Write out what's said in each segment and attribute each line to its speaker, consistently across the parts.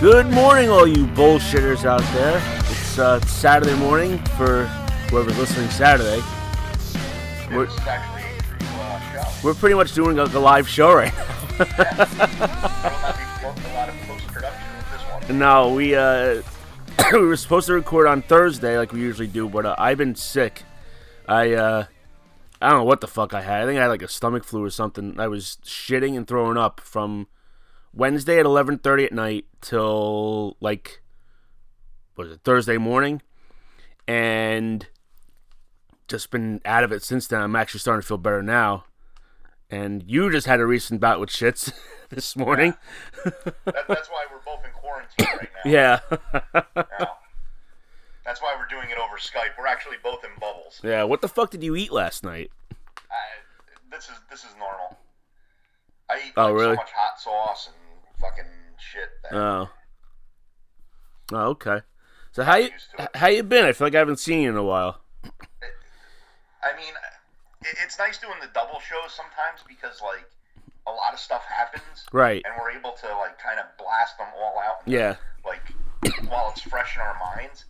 Speaker 1: Good morning, all you bullshitters out there. It's uh, Saturday morning for whoever's listening Saturday. We're-
Speaker 2: This is actually a true uh, show.
Speaker 1: We're pretty much doing a, a live show right
Speaker 2: I don't have worked a lot of post production with this one.
Speaker 1: now. No, we uh, we were supposed to record on Thursday like we usually do, but uh, I've been sick. I uh, I don't know what the fuck I had. I think I had like a stomach flu or something. I was shitting and throwing up from Wednesday at eleven thirty at night till like what was it Thursday morning, and just been out of it since then. I'm actually starting to feel better now. And you just had a recent bout with shits this morning.
Speaker 2: That, that's why we're both in quarantine right now.
Speaker 1: Yeah.
Speaker 2: Now, That's why we're doing it over Skype. We're actually both in bubbles.
Speaker 1: Yeah. What the fuck did you eat last night?
Speaker 2: I, this is this is normal. I eat
Speaker 1: Oh,
Speaker 2: like,
Speaker 1: really?
Speaker 2: so much hot sauce and fucking shit. That
Speaker 1: Oh. Oh, okay. So how you
Speaker 2: used to it.
Speaker 1: how you been? I feel like I haven't seen you in a while.
Speaker 2: I mean, it, it's nice doing the double shows sometimes because like a lot of stuff happens,
Speaker 1: Right.
Speaker 2: and we're able to like kind of blast them all out. and
Speaker 1: Yeah.
Speaker 2: like while it's fresh in our minds,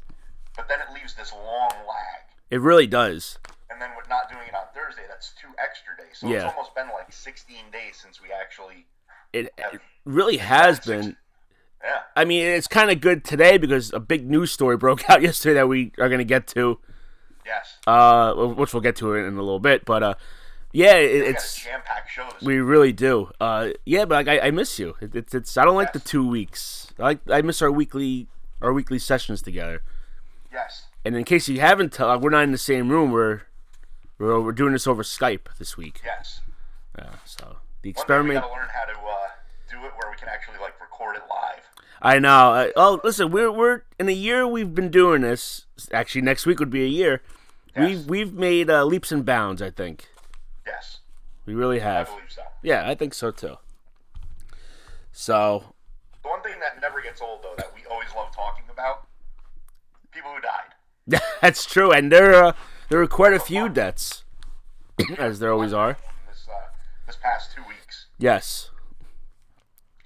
Speaker 2: but then it leaves this long lag.
Speaker 1: It really does.
Speaker 2: And then with not doing it on Thursday, that's two extra days. So it's
Speaker 1: Yeah.
Speaker 2: almost been like 16 days since we actually.
Speaker 1: It, it really has
Speaker 2: Six-
Speaker 1: been.
Speaker 2: Yeah.
Speaker 1: I mean, it's kind of good today because a big news story broke out yesterday that we are going to get to,
Speaker 2: Yes.
Speaker 1: uh, which we'll get to in a little bit. But uh, yeah, it,
Speaker 2: we
Speaker 1: it's
Speaker 2: got a jam-packed show. This
Speaker 1: we really do. Uh, yeah, but like, I, I miss you. It, it's it's I don't like the
Speaker 2: Yes.
Speaker 1: two weeks. I like I miss our weekly our weekly sessions together.
Speaker 2: yes.
Speaker 1: And in case you haven't, tell, we're not in the same room. We're we're, we're doing this over Skype this week.
Speaker 2: Yes.
Speaker 1: Yeah, so the
Speaker 2: One day we
Speaker 1: experiment.
Speaker 2: got to learn how to uh, do it where we can actually like record it live.
Speaker 1: I know. I, oh, listen, we're we're in a year we've been doing this. Actually, next week would be a year.
Speaker 2: Yes.
Speaker 1: We've we've made uh, leaps and bounds. I think
Speaker 2: Yes.
Speaker 1: we really
Speaker 2: I
Speaker 1: have.
Speaker 2: believe so.
Speaker 1: Yeah, I think so too. So
Speaker 2: The one thing that never gets old though that we always love talking about people who died.
Speaker 1: that's true, and there uh, there are quite a few deaths, as there always are.
Speaker 2: in This uh, this past two weeks.
Speaker 1: Yes.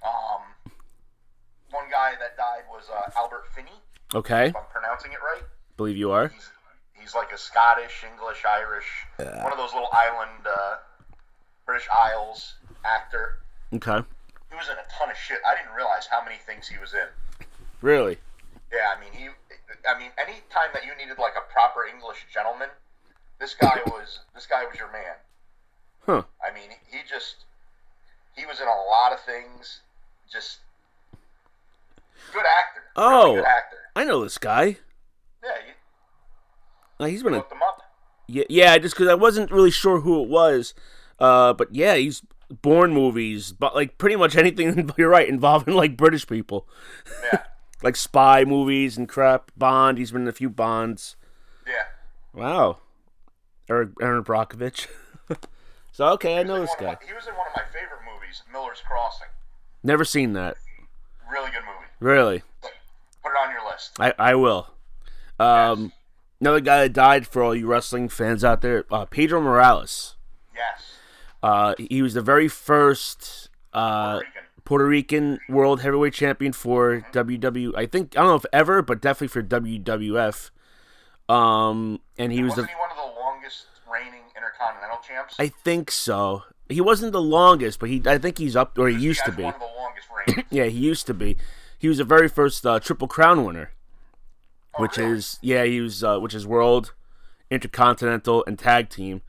Speaker 2: Um, one guy that died was uh, Albert Finney,
Speaker 1: Okay.
Speaker 2: if I'm pronouncing it right.
Speaker 1: Believe you are.
Speaker 2: He's, he's like a Scottish, English, Irish, one of those little island, uh, British Isles actor.
Speaker 1: Okay.
Speaker 2: He was in a ton of shit. I didn't realize how many things he was in.
Speaker 1: Really.
Speaker 2: Yeah, I mean, he, I mean, any time that you needed like a proper English gentleman, this guy was, this guy was your man.
Speaker 1: Huh.
Speaker 2: I mean, he just he was in a lot of things. Just good actor.
Speaker 1: Oh.
Speaker 2: Really good actor.
Speaker 1: I know this guy.
Speaker 2: Yeah, you
Speaker 1: Like, he's been a
Speaker 2: looked him up.
Speaker 1: Yeah, yeah, just because I wasn't really sure who it was, uh, but yeah, he's born movies, but like pretty much anything. You're right, involving like British people,
Speaker 2: Yeah,
Speaker 1: like spy movies and crap. Bond, he's been in a few Bonds.
Speaker 2: yeah.
Speaker 1: Wow, Eric Aaron Brockovich. so okay, I
Speaker 2: He
Speaker 1: know
Speaker 2: was
Speaker 1: this
Speaker 2: in one
Speaker 1: guy.
Speaker 2: of my- he was in one of my favorite movies, Miller's Crossing.
Speaker 1: Never seen that.
Speaker 2: Really good movie.
Speaker 1: Really,
Speaker 2: Put it on your list.
Speaker 1: I I will. Um, another guy that died for all you wrestling fans out there, uh, Pedro Morales.
Speaker 2: Yes.
Speaker 1: Uh, he was the very first. Uh,
Speaker 2: Freaking.
Speaker 1: Puerto Rican World Heavyweight Champion for WW. I think I don't know if ever, but definitely for WWF. Um, and he was the.
Speaker 2: Wasn't he one of the longest reigning intercontinental champs?
Speaker 1: I think so. He wasn't the longest, but he. I think he's up, or he
Speaker 2: He
Speaker 1: used to
Speaker 2: has
Speaker 1: be.
Speaker 2: one of the longest reigning.
Speaker 1: Yeah, he used to be. He was the very first uh, Triple Crown winner, which is yeah, he was uh, which is World, Intercontinental, and Tag Team.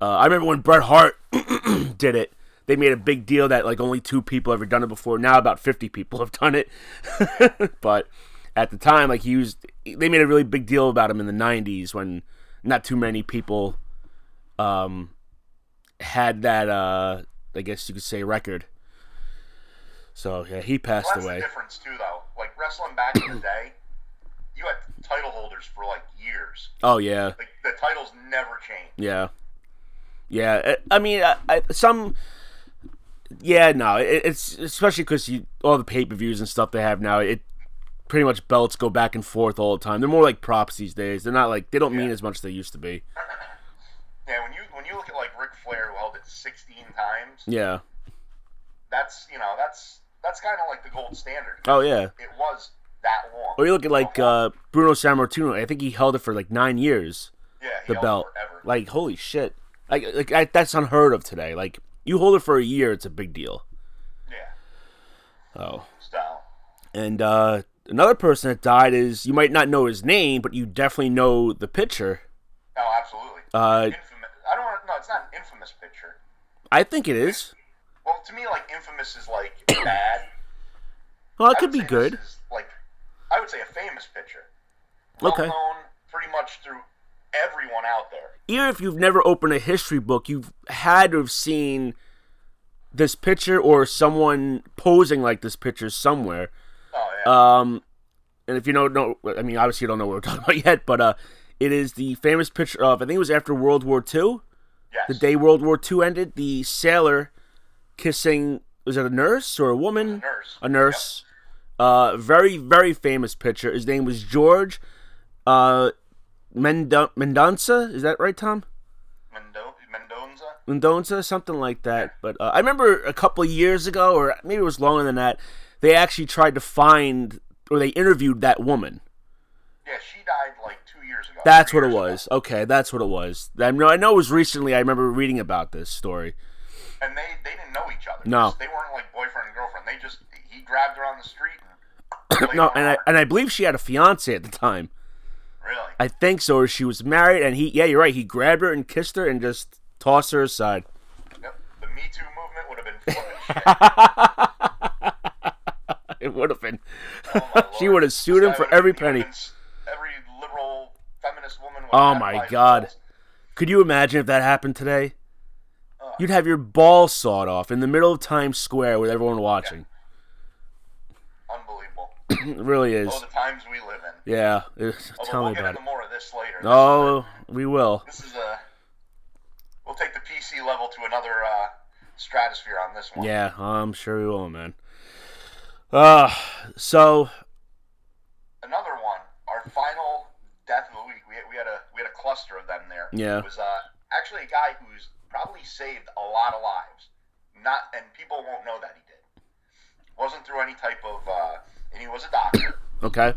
Speaker 1: Uh, I remember when Bret Hart did it. They made a big deal that like only two people ever done it before. Now about fifty people have done it, but at the time, like he was, they made a really big deal about him in the '90s when not too many people um, had that. Uh, I guess you could say record. So yeah, he passed
Speaker 2: Well, that's
Speaker 1: away.
Speaker 2: the difference too, though. Like wrestling back in the day, you had title holders for like years.
Speaker 1: Oh yeah,
Speaker 2: Like the titles never changed.
Speaker 1: yeah, yeah. eh, I, I mean, I, I, some. Yeah, no, it, it's especially because you all the pay per views and stuff they have now. It pretty much belts go back and forth all the time. They're more like props these days. They're not like they don't mean as much as they used to be.
Speaker 2: Yeah, when you when you look at like Ric Flair who held it 16 times,
Speaker 1: Yeah,
Speaker 2: that's you know that's that's kind of like the gold standard.
Speaker 1: Oh yeah.
Speaker 2: It was that long.
Speaker 1: Or you look at like uh, Bruno Sammartino. I think he held it for like nine years.
Speaker 2: yeah, he
Speaker 1: The
Speaker 2: held it
Speaker 1: belt.
Speaker 2: forever.
Speaker 1: Like holy shit. Like like I, that's unheard of today. Like you hold it for a year, it's a big deal.
Speaker 2: yeah,
Speaker 1: Oh.
Speaker 2: style.
Speaker 1: And uh, another person that died is you might not know his name, but you definitely know the picture.
Speaker 2: Oh, absolutely.
Speaker 1: Uh,
Speaker 2: infamous. I don't want. No, it's not an infamous picture.
Speaker 1: I think it is.
Speaker 2: Well, to me, like infamous is like bad.
Speaker 1: Well, it
Speaker 2: I
Speaker 1: could
Speaker 2: would
Speaker 1: be
Speaker 2: say this
Speaker 1: good.
Speaker 2: is, like, I would say a famous picture. Well
Speaker 1: Okay.
Speaker 2: known pretty much through everyone out there.
Speaker 1: Even if you've never opened a history book, you've had to have seen this picture or someone posing like this picture somewhere.
Speaker 2: Oh yeah.
Speaker 1: Um, and if you don't know, I mean, obviously you don't know what we're talking about yet, but uh, it is the famous picture of I think it was after World War II,
Speaker 2: yes.
Speaker 1: the day World War II ended. The sailor kissing was it a nurse or a woman?
Speaker 2: nurse.
Speaker 1: a nurse. Uh, very very famous picture. His name was George uh, Mendo- Mendonca. Is that right, Tom?
Speaker 2: Mendo- Mendoza.
Speaker 1: Mendonca, something like that. But uh, I remember a couple of years ago, or maybe it was longer than that. They actually tried to find, or they interviewed that woman.
Speaker 2: Yeah, she died like two years ago.
Speaker 1: That's
Speaker 2: three
Speaker 1: what it
Speaker 2: years ago.
Speaker 1: was. Okay, that's what it was. I know. I know it was recently. I remember reading about this story.
Speaker 2: And they they didn't know each other.
Speaker 1: No.
Speaker 2: They weren't like boyfriend and girlfriend. They just he grabbed her on the street. And
Speaker 1: No, and I and I believe she had a fiance at the time.
Speaker 2: really.
Speaker 1: I think so, or she was married, and he. Yeah, you're right. He grabbed her and kissed her and just tossed her aside.
Speaker 2: Yep. The Me Too movement would have been flipping shit.
Speaker 1: It would have been.
Speaker 2: Oh, my
Speaker 1: She
Speaker 2: Lord.
Speaker 1: would have sued
Speaker 2: This
Speaker 1: him
Speaker 2: guy
Speaker 1: for
Speaker 2: would have
Speaker 1: every
Speaker 2: been the
Speaker 1: penny.
Speaker 2: women's- Every liberal feminist woman. would
Speaker 1: Oh
Speaker 2: have
Speaker 1: my
Speaker 2: lied.
Speaker 1: God. Could you imagine if that happened today? You'd have your ball sawed off in the middle of Times Square with everyone watching.
Speaker 2: Unbelievable.
Speaker 1: It really is.
Speaker 2: Oh, the times we live in.
Speaker 1: Yeah. eh,
Speaker 2: Although
Speaker 1: Tell
Speaker 2: we'll
Speaker 1: me
Speaker 2: get
Speaker 1: about
Speaker 2: into
Speaker 1: it.
Speaker 2: more of this later.
Speaker 1: Oh, we will.
Speaker 2: This is a. We'll take the PC level to another uh, stratosphere on this one.
Speaker 1: Yeah, I'm sure we will, man. Uh, so,
Speaker 2: Another one. Our final death of the week. We had, we had a we had a cluster of them there.
Speaker 1: Yeah.
Speaker 2: It was uh, actually a guy who's probably saved a lot of lives. Not and people won't know that he did. Wasn't through any type of. Uh, and he was a doctor.
Speaker 1: okay.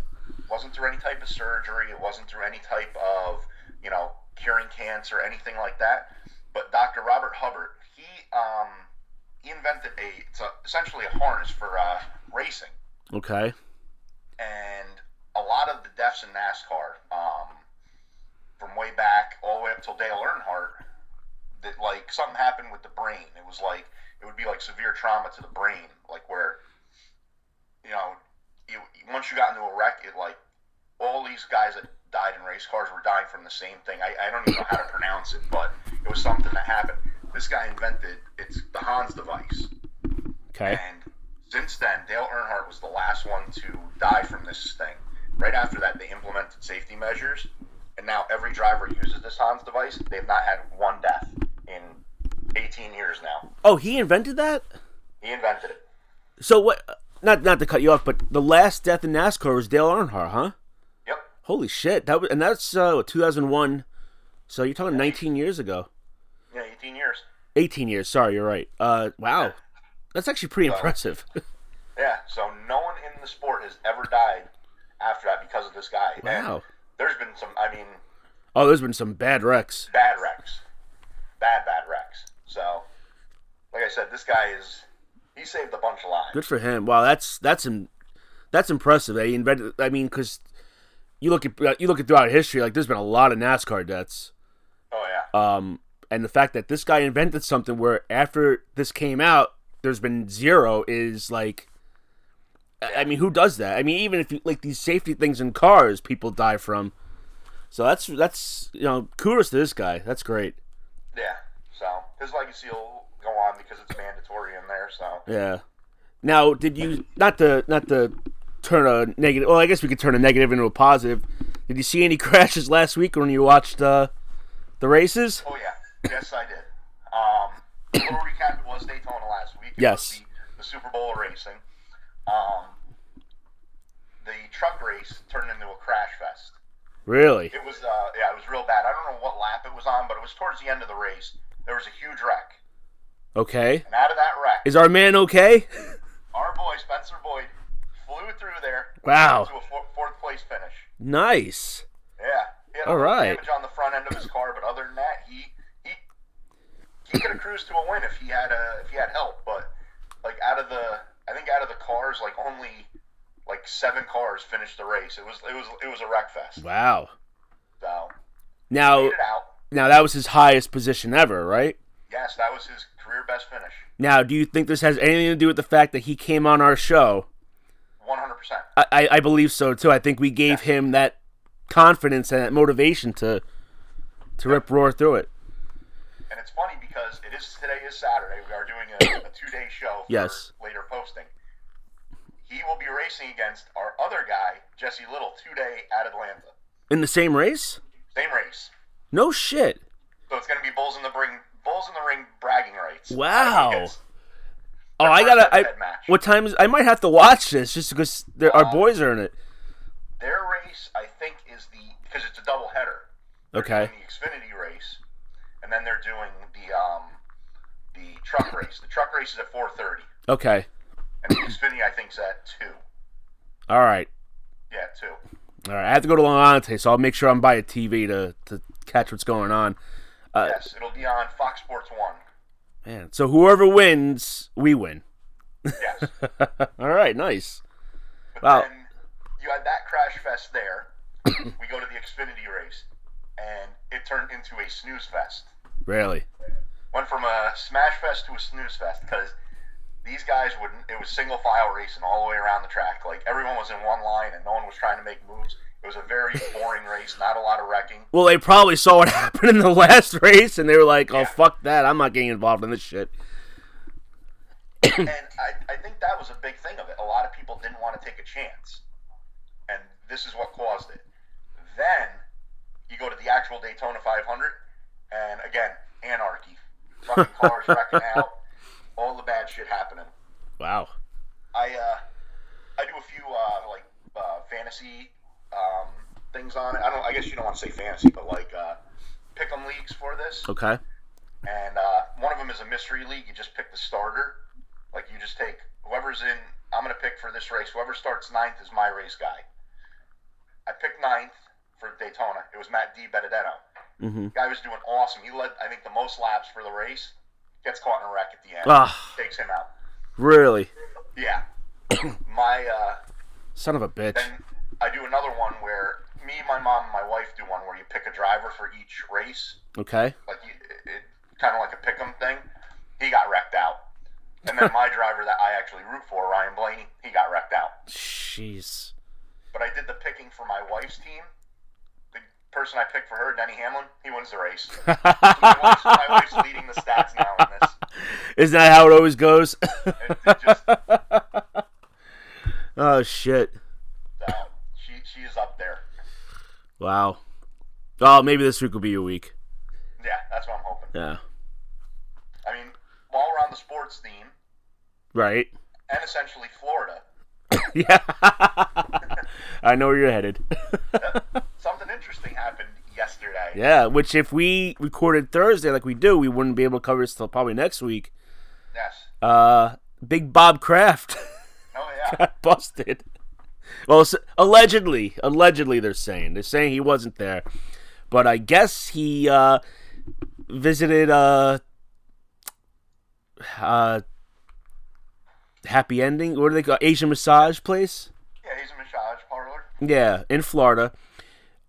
Speaker 2: wasn't through any type of surgery. It wasn't through any type of, you know, curing cancer, anything like that. But Dr. Robert Hubbard, he um, he invented a it's a, essentially a harness for uh, racing,
Speaker 1: Okay.
Speaker 2: and a lot of the deaths in NASCAR, um, from way back all the way up till Dale Earnhardt, that like something happened with the brain. It was like it would be like severe trauma to the brain, like where you know, you, once you got into a wreck, it like all these guys that died in race cars were dying from the same thing. I, I don't even know how to pronounce it, but it was something that happened. This guy invented it's the Hans device,
Speaker 1: Okay.
Speaker 2: and since then, Dale Earnhardt was the last one to die from this thing. Right after that, they implemented safety measures, and now every driver uses this Hans device. They've not had one death in 18 years now.
Speaker 1: Oh, he invented that?
Speaker 2: He invented it.
Speaker 1: So, what? Not not to cut you off, but the last death in NASCAR was Dale Earnhardt, huh?
Speaker 2: Yep.
Speaker 1: Holy shit! That was, and that's uh, what, 2001. So you're talking 19 years ago,
Speaker 2: Yeah, 18 years.
Speaker 1: 18 years. Sorry, you're right. Uh, wow, that's actually pretty impressive.
Speaker 2: Yeah, so no one in the sport has ever died after that because of this guy. And
Speaker 1: Wow.
Speaker 2: there's been some, I mean,
Speaker 1: Oh, there's been some bad wrecks.
Speaker 2: bad wrecks. Bad, bad wrecks. So, like I said, this guy is, he saved a bunch of lives.
Speaker 1: Good for him. Wow, that's that's im- that's impressive. That he invented. I mean, because you look at uh, you look at throughout history, like there's been a lot of NASCAR deaths.
Speaker 2: Oh, yeah.
Speaker 1: Um, and the fact that this guy invented something where after this came out, there's been zero is like. I I mean, who does that? I mean, even if you like these safety things in cars, people die from. So that's that's you know kudos to this guy. That's great.
Speaker 2: Yeah. So, his legacy will go on because it's mandatory in there. So,
Speaker 1: Yeah. Now, did you not to not to turn a negative? Well, I guess we could turn a negative into a positive. Did you see any crashes last week when you watched uh, the races?
Speaker 2: oh, yeah. Yes, I did. Um, a little recap was Daytona last week. It
Speaker 1: Yes.
Speaker 2: was The, the Super Bowl of racing. Um, the truck race turned into a crash fest.
Speaker 1: Really?
Speaker 2: It was uh, yeah, it was real bad. I don't know what lap it was on, but it was towards the end of the race. There was a huge wreck,
Speaker 1: Okay.
Speaker 2: and out of that wreck,
Speaker 1: Is our man okay?
Speaker 2: our boy Spencer Boyd flew through there
Speaker 1: Wow.
Speaker 2: to a four, fourth place finish.
Speaker 1: Nice.
Speaker 2: Yeah. He had a
Speaker 1: All
Speaker 2: little
Speaker 1: right.
Speaker 2: damage on the front end of his car, but other than that, he he he could have cruised to a win if he had a if he had help. But like out of the, I think out of the cars, like only like seven cars finished the race. It was it was it was a wreck fest.
Speaker 1: Wow. Oh.
Speaker 2: So
Speaker 1: Now,
Speaker 2: made it out.
Speaker 1: now that was his highest position ever, right?
Speaker 2: Yes, that was his career best finish.
Speaker 1: Now, do you think this has anything to do with the fact that he came on our show?
Speaker 2: One hundred percent.
Speaker 1: I, I, I believe so too. I think we gave him that confidence and that motivation to to rip roar through it.
Speaker 2: And it's funny because it is today is Saturday. We are doing a, a two day show for
Speaker 1: Yes.
Speaker 2: later posting. He will be racing against our other guy, Jesse Little, two day at Atlanta.
Speaker 1: In the same race?
Speaker 2: Same race.
Speaker 1: No shit.
Speaker 2: So it's gonna be bulls in the ring bulls in the ring bragging rights.
Speaker 1: Wow.
Speaker 2: Yes.
Speaker 1: Oh, I
Speaker 2: first
Speaker 1: gotta. I,
Speaker 2: head-to-head match. Uh,
Speaker 1: what time is? I might have to watch this just because there, our boys are in it.
Speaker 2: Their race I think is the because it's a double header.
Speaker 1: Okay.
Speaker 2: doing the Xfinity race, and then they're doing the um the truck race. The truck race is at four thirty.
Speaker 1: Okay.
Speaker 2: And the Xfinity I think's at two.
Speaker 1: All right.
Speaker 2: Yeah, two.
Speaker 1: All right. I have to go to Long Island today, so I'll make sure I'm by a TV to to catch what's going on.
Speaker 2: Yes, it'll be on Fox Sports One.
Speaker 1: Man. So whoever wins, we win.
Speaker 2: Yes.
Speaker 1: All right. Nice.
Speaker 2: But
Speaker 1: Wow.
Speaker 2: then you had that crash fest there. we go to the Xfinity race, and it turned into a snooze fest.
Speaker 1: Really.
Speaker 2: Went from a smash fest to a snooze fest because these guys wouldn't. It was single file racing all the way around the track. Like everyone was in one line, and no one was trying to make moves. It was a very boring race. Not a lot of wrecking.
Speaker 1: Well, they probably saw what happened in the last race, and they were like, "Oh, fuck that! I'm not getting involved in this shit."
Speaker 2: and I, I think that was a big thing of it. A lot of people didn't want to take a chance, and this is what caused it. Then you go to the actual Daytona 500, and again, anarchy, fucking cars wrecking out, all the bad shit happening.
Speaker 1: Wow.
Speaker 2: I uh, I do a few uh, like uh, fantasy um, things on it. I don't. I guess you don't want to say fantasy, but like uh, pick 'em leagues for this
Speaker 1: Okay.
Speaker 2: and uh, one of them is a mystery league. You just pick the starter. Like you just take whoever's in. I'm gonna pick for this race. Whoever starts ninth is my race guy. I picked ninth for Daytona. It was Matt D. Benedetto.
Speaker 1: Mm-hmm.
Speaker 2: Guy was doing awesome. He led, I think, the most laps for the race. Gets caught in a wreck at the end.
Speaker 1: Ah,
Speaker 2: Takes him out.
Speaker 1: really?
Speaker 2: Yeah. my uh,
Speaker 1: Son of a bitch.
Speaker 2: then I do another one where me, my mom, and my wife do one where you pick a driver for each race.
Speaker 1: Okay.
Speaker 2: like you, it, kind of like a pick 'em thing. He got wrecked out, and then my driver that I actually root for, Ryan Blaney, he got wrecked out.
Speaker 1: Jeez.
Speaker 2: But I did the picking for my wife's team. The person I picked for her, Denny Hamlin, he wins the race. So my, wife's, my wife's leading the stats now in this.
Speaker 1: Isn't that how it always goes?
Speaker 2: It, it just
Speaker 1: oh shit.
Speaker 2: uh, she she is up there.
Speaker 1: Wow. Oh, maybe this week will be a week.
Speaker 2: Yeah, that's what I'm hoping.
Speaker 1: Yeah.
Speaker 2: I mean, while we're on the sports theme
Speaker 1: Right.
Speaker 2: and essentially Florida,
Speaker 1: Yeah. I know where you're headed.
Speaker 2: something interesting happened yesterday.
Speaker 1: yeah. Which, if we recorded Thursday like we do, we wouldn't be able to cover this till probably next week.
Speaker 2: Yes.
Speaker 1: Uh, Big Bob Kraft
Speaker 2: Oh yeah.
Speaker 1: got busted. Well, s- allegedly, allegedly, they're saying they're saying he wasn't there, but I guess he uh, visited uh, uh, happy ending. What do they call Asian massage place?
Speaker 2: Yeah, he's a massage parlor.
Speaker 1: Yeah, in Florida.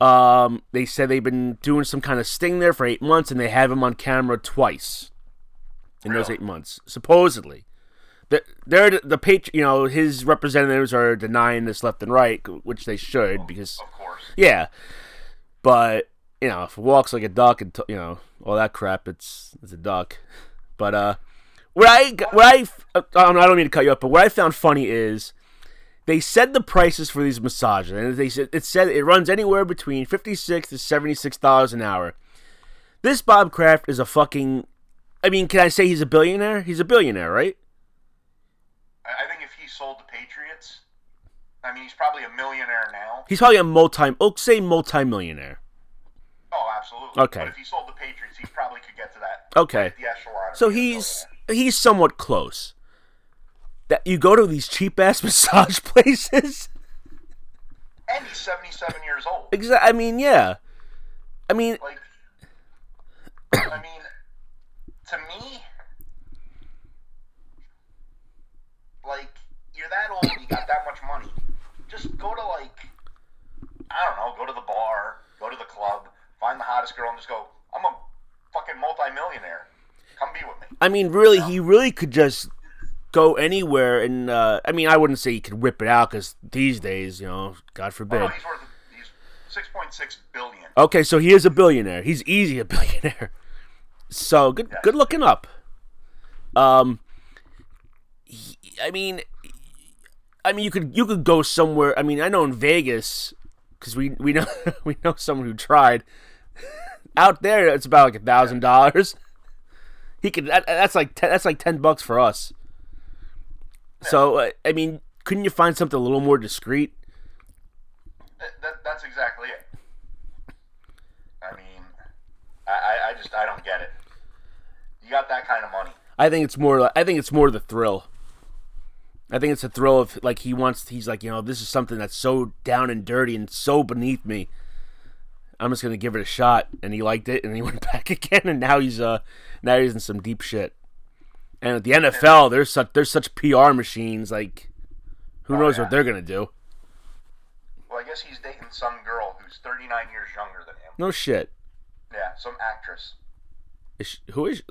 Speaker 1: Um, they said they've been doing some kind of sting there for eight months, and they have him on camera twice in those
Speaker 2: Really?
Speaker 1: eight months, supposedly. The- They're the, the patr- you know, his representatives are denying this left and right, which they should because
Speaker 2: Of course.
Speaker 1: yeah, but you know, if it walks like a duck and t- you know all that crap, it's it's a duck. But uh, what I what I uh, I don't mean to cut you up, but what I found funny is they said the prices for these massages, and they said it said it runs anywhere between fifty six to seventy six dollars an hour. This Bob Kraft is a fucking. I mean, can I say he's a billionaire? He's a billionaire, right?
Speaker 2: I I think if he sold the Patriots, I mean, he's probably a millionaire now.
Speaker 1: He's probably a multi, oh, say multi-millionaire.
Speaker 2: Oh, absolutely.
Speaker 1: Okay.
Speaker 2: But if he sold the Patriots, he probably could get to that.
Speaker 1: Okay.
Speaker 2: The echelon. of
Speaker 1: So
Speaker 2: being a
Speaker 1: he's
Speaker 2: millionaire.
Speaker 1: he's somewhat close. that you go to these cheap ass massage places.
Speaker 2: and he's 77 years old.
Speaker 1: Exactly. I mean, yeah. I mean,
Speaker 2: Like, I mean, to me, like, you're that old, you got that much money. Just go to, like, I don't know, go to the bar, go to the club, find the hottest girl, and just go, I'm a fucking multimillionaire. Come be with me.
Speaker 1: I mean, really, he really could just go anywhere, and uh, I mean, I wouldn't say he could whip it out because these days, you know, God
Speaker 2: Oh,
Speaker 1: forbid.
Speaker 2: he's worth, he's 6.6 billion.
Speaker 1: Okay, so he is a billionaire. He's easy a billionaire. So good, good looking up. Um, he- I mean, I mean, you could you could go somewhere. I mean, I know in Vegas because we we know we know someone who tried. Out there, it's about like a thousand dollars. He could that, that's like ten, that's like ten bucks for us. So uh, I mean, couldn't you find something a little more discreet?
Speaker 2: That, that, that's exactly it. I mean, I, I- I just I don't get it. You got that kind of money.
Speaker 1: I think it's more. I think it's more the thrill. I think it's the thrill of like he wants. He's like you know this is something that's so down and dirty and so beneath me. I'm just gonna give it a shot, and he liked it, and he went back again, and now he's uh now he's in some deep shit. And at the NFL, there's such there's such PR machines. Like, who knows
Speaker 2: yeah.
Speaker 1: what they're gonna do?
Speaker 2: Well, I guess he's dating some girl who's 39 years younger than him.
Speaker 1: No shit.
Speaker 2: Yeah, some actress,
Speaker 1: Is she- who is?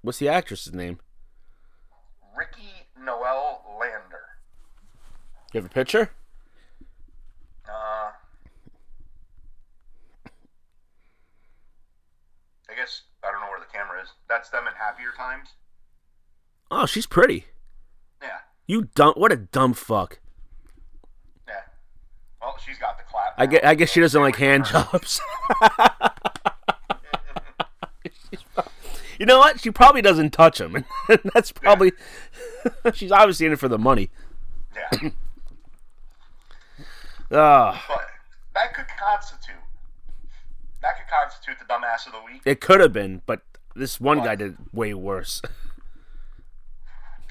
Speaker 1: What's the actress's name?
Speaker 2: Ricky Noel Lander.
Speaker 1: You have a picture?
Speaker 2: Uh, I guess I don't know where the camera is. That's them in happier times.
Speaker 1: Oh, she's pretty.
Speaker 2: Yeah,
Speaker 1: You dumb. What a dumb fuck.
Speaker 2: yeah. Well, she's got the clap.
Speaker 1: I
Speaker 2: now.
Speaker 1: guess, I guess she doesn't like hand jobs. you know what? She probably doesn't touch him. That's probably. she's obviously in it for the money.
Speaker 2: Yeah.
Speaker 1: Ah,
Speaker 2: But that could constitute that could constitute the dumbass of the week.
Speaker 1: it could have been, but this one guy did way worse.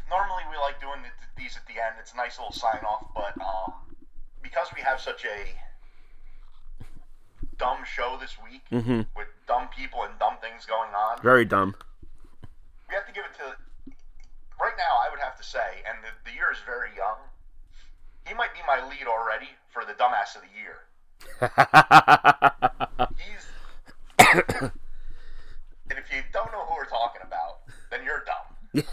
Speaker 2: Normally we like doing th- th- these at the end. It's a nice little sign off, but um, because we have such a dumb show this week with dumb people and dumb things going on,
Speaker 1: Very dumb.
Speaker 2: we have to give it to. Right now, I would have to say, and the, the year is very young. He might be my lead already for the dumbass of the year. He's. and if you don't know who we're talking about, then you're dumb. Because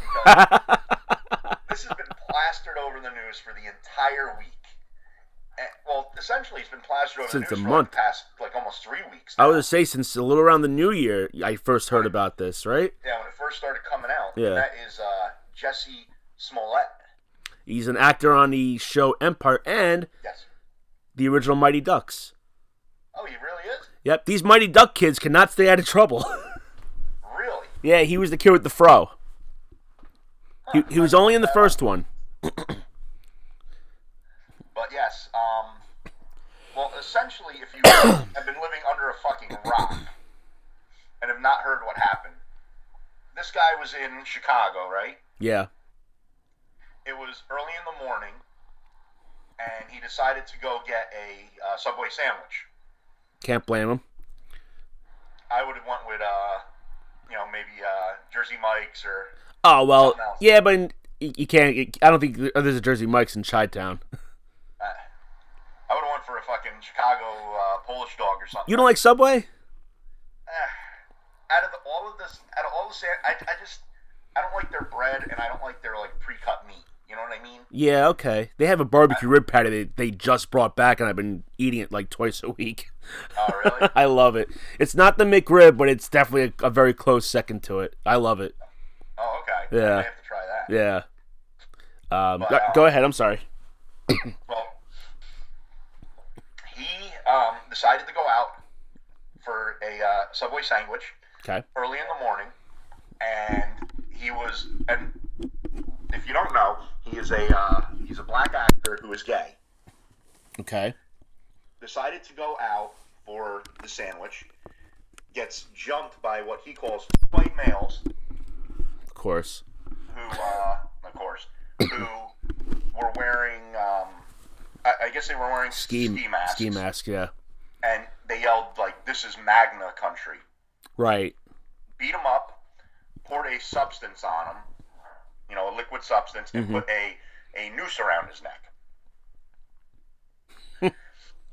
Speaker 2: this has been plastered over the news for the entire week. And, well, essentially, it's been plastered over
Speaker 1: Since
Speaker 2: the
Speaker 1: a
Speaker 2: news for
Speaker 1: month.
Speaker 2: Like the past like almost three weeks.
Speaker 1: I was gonna say since a little around the new year, I first heard about this. Right?
Speaker 2: yeah, when it first started coming out.
Speaker 1: Yeah.
Speaker 2: That is uh, Jesse Smollett.
Speaker 1: He's an actor on the show Empire and
Speaker 2: Yes.
Speaker 1: the original Mighty Ducks.
Speaker 2: Oh, he really is.
Speaker 1: Yep, these Mighty Duck kids cannot stay out of trouble.
Speaker 2: Really?
Speaker 1: yeah, he was the kid with the fro. He, he was only in the first one.
Speaker 2: But yes, um, well, essentially, if you have been living under a fucking rock and have not heard what happened, this guy was in Chicago, right?
Speaker 1: Yeah.
Speaker 2: It was early in the morning, and he decided to go get a uh, Subway sandwich.
Speaker 1: Can't blame him.
Speaker 2: I would have went with, uh, you know, maybe uh, Jersey Mike's or
Speaker 1: Oh well,
Speaker 2: Something else.
Speaker 1: yeah, but in- you you can't. you- I don't think th- there's a Jersey Mike's in Chi-Town.
Speaker 2: uh, I would have went for a fucking Chicago uh, Polish dog or something.
Speaker 1: You don't like Subway?
Speaker 2: out of the, all of this, out of all the sand, I, I just, I don't like their bread, and I don't like their like pre-cut meat. You know what I mean?
Speaker 1: Yeah, okay. They have a barbecue rib patty they, they just brought back, and I've been eating it like twice a week.
Speaker 2: Oh, really?
Speaker 1: I love it. It's not the McRib, but it's definitely a, a very close second to it. I love it.
Speaker 2: oh, okay.
Speaker 1: Yeah.
Speaker 2: I have to try that.
Speaker 1: Yeah. Um, go,
Speaker 2: Wow.
Speaker 1: go ahead. I'm sorry.
Speaker 2: Well, he um, decided to go out for a uh, Subway sandwich
Speaker 1: Okay.
Speaker 2: early in the morning, and he was, and if you don't know, he is a uh, he's a black actor who is gay.
Speaker 1: Okay.
Speaker 2: decided to go out for the sandwich, gets jumped by what he calls white males,
Speaker 1: Of course.
Speaker 2: who, uh, of course, who were wearing, um, I, I guess they were wearing ski, ski masks,
Speaker 1: ski mask, yeah,
Speaker 2: and they yelled like, "This is Magna country."
Speaker 1: right,
Speaker 2: beat them up, poured a substance on him, you know, a liquid substance, and put a, a noose around his neck.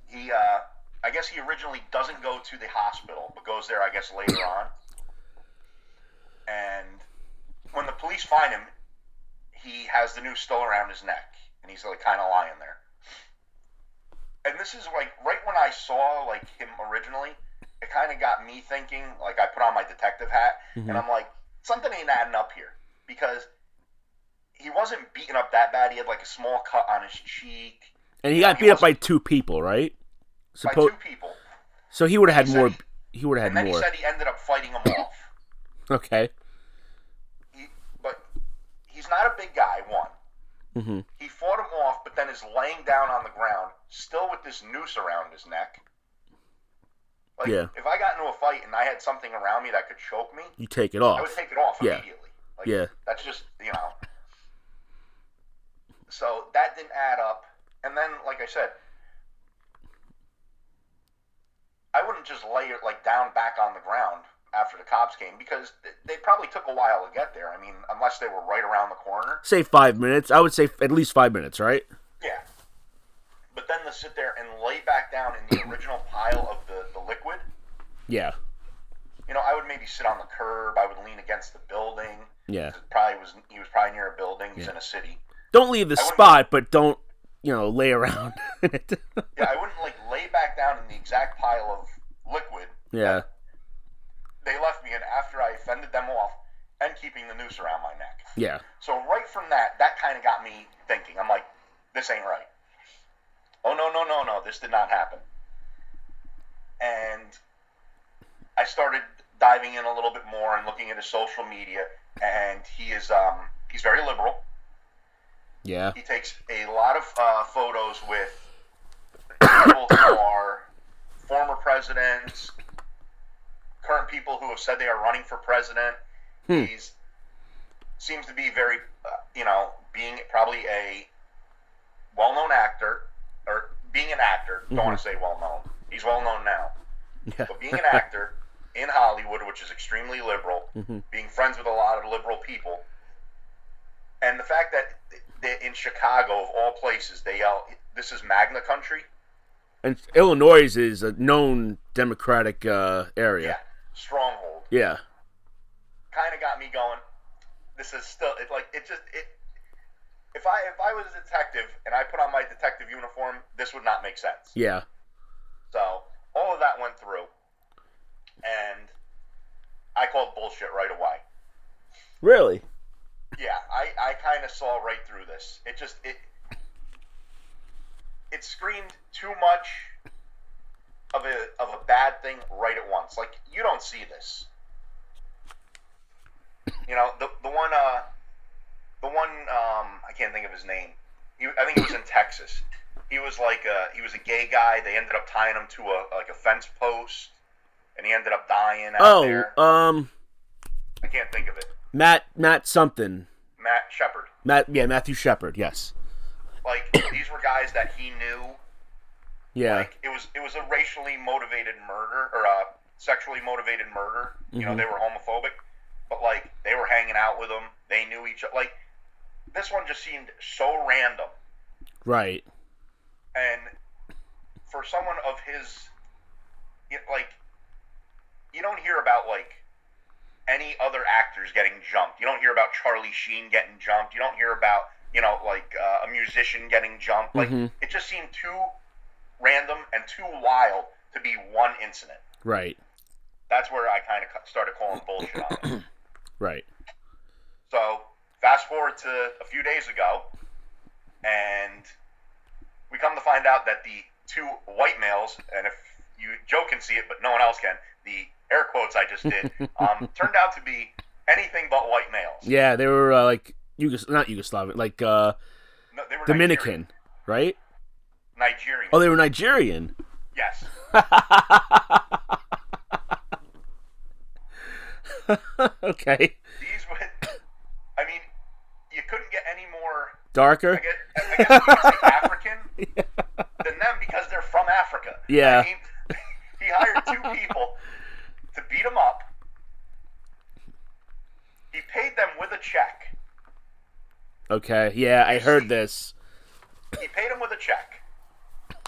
Speaker 2: he, uh, I guess he originally doesn't go to the hospital, but goes there, I guess, later on. And when the police find him, he has the noose still around his neck, and he's like kind of lying there. And this is like right when I saw like him originally, it kind of got me thinking. Like I put on my detective hat,
Speaker 1: Mm-hmm.
Speaker 2: and I'm like, something ain't adding up here because he wasn't beaten up that bad. He had like a small cut on his cheek
Speaker 1: and he got
Speaker 2: He
Speaker 1: beat up by
Speaker 2: wasn't-
Speaker 1: two people, right?
Speaker 2: by
Speaker 1: Suppo-
Speaker 2: two people,
Speaker 1: so he would have had
Speaker 2: said
Speaker 1: more.
Speaker 2: he-
Speaker 1: He would have
Speaker 2: and
Speaker 1: had
Speaker 2: then he
Speaker 1: more.
Speaker 2: said he ended up fighting them off.
Speaker 1: Okay,
Speaker 2: he, but he's not a big guy. One,
Speaker 1: Mhm.
Speaker 2: he fought him off, but then is laying down on the ground, still with this noose around his neck. Like,
Speaker 1: Yeah.
Speaker 2: if I got into a fight and I had something around me that could choke me,
Speaker 1: you take it
Speaker 2: I would
Speaker 1: off.
Speaker 2: take it off
Speaker 1: Yeah.
Speaker 2: immediately. Like,
Speaker 1: Yeah.
Speaker 2: that's just you know. so that didn't add up, and then, like I said. I wouldn't just lay it like down back on the ground after the cops came because th- they probably took a while to get there. I mean, unless they were right around the corner.
Speaker 1: Say five minutes. I would say f- at least five minutes, right?
Speaker 2: Yeah. But then to sit there and lay back down in the original pile of the, the liquid,
Speaker 1: Yeah,
Speaker 2: you know, I would maybe sit on the curb. I would lean against the building.
Speaker 1: yeah.
Speaker 2: Probably was he was probably near a building. He's in a city.
Speaker 1: Don't leave the
Speaker 2: wouldn't-
Speaker 1: spot, but don't you know lay around. in it.
Speaker 2: Yeah, I wouldn't like lay back down in the exact pile of liquid.
Speaker 1: yeah,
Speaker 2: They left me, and after I fended them off, and keeping the noose around my neck.
Speaker 1: yeah.
Speaker 2: So right from that, that kind of got me thinking. I'm like, this ain't right. Oh no no no no, this did not happen. And I started diving in a little bit more and looking at his social media. And he is um, he's very liberal.
Speaker 1: Yeah.
Speaker 2: He takes a lot of uh, photos with people who are former presidents, current people who have said they are running for president.
Speaker 1: Hmm.
Speaker 2: He's seems to be very, uh, you know, being probably a well-known actor or being an actor. Don't want to say well-known. He's well-known now,
Speaker 1: Mm-hmm. Yeah.
Speaker 2: but being an actor in Hollywood, which is extremely liberal,
Speaker 1: Mhm.
Speaker 2: being friends with a lot of liberal people, and the fact that that in Chicago, of all places, they yell, "This is Magna Country."
Speaker 1: And Illinois is a known Democratic uh, area.
Speaker 2: Stronghold.
Speaker 1: Yeah.
Speaker 2: kind of got me going. This is still it like it just it. If I if I was a detective and I put on my detective uniform, this would not make sense.
Speaker 1: Yeah.
Speaker 2: So all of that went through, and I called bullshit right away.
Speaker 1: Really?
Speaker 2: Yeah, I I kind of saw right through this. It just it it screamed too much of a of a bad thing right at once. Like you don't see this. You know the the one uh the one um I can't think of his name. He, I think he was in Texas. He was like uh he was a gay guy. They ended up tying him to a like a fence post, and he ended up dying out
Speaker 1: Oh,
Speaker 2: there.
Speaker 1: um,
Speaker 2: I can't think of it.
Speaker 1: Matt, Matt something.
Speaker 2: Matt Shepard.
Speaker 1: Matt, yeah, Matthew Shepard. Yes.
Speaker 2: like these were guys that he knew.
Speaker 1: Yeah.
Speaker 2: Like it was it was a racially motivated murder or a sexually motivated murder. You know,
Speaker 1: Mhm.
Speaker 2: they were homophobic, but like they were hanging out with him. They knew each other. Like this one just seemed so random,
Speaker 1: Right.
Speaker 2: and for someone of his, you like you don't hear about like any other actors getting jumped. You don't hear about Charlie Sheen getting jumped. You don't hear about you know like uh, a musician getting jumped. Like
Speaker 1: Mhm.
Speaker 2: it just seemed too random and too wild to be one incident.
Speaker 1: Right.
Speaker 2: That's where I kind of started calling bullshit on it.
Speaker 1: Right.
Speaker 2: So fast forward to a few days ago, and we come to find out that the two white males, and if you Joe can see it, but no one else can, the air quotes I just did, um, turned out to be anything but white males.
Speaker 1: Yeah, they were uh, like Yugos, not Yugoslavian, like uh,
Speaker 2: No, they were
Speaker 1: Dominican, right?
Speaker 2: Nigerian. Nigerian.
Speaker 1: Oh, they were Nigerian.
Speaker 2: yes.
Speaker 1: okay.
Speaker 2: These would. I mean, you couldn't get any more I
Speaker 1: darker.
Speaker 2: guess, I guess because he's African than them because they're from Africa.
Speaker 1: Yeah.
Speaker 2: I mean, he hired two people to beat him up. He paid them with a check.
Speaker 1: Okay, yeah, I heard this.
Speaker 2: He paid them with a check.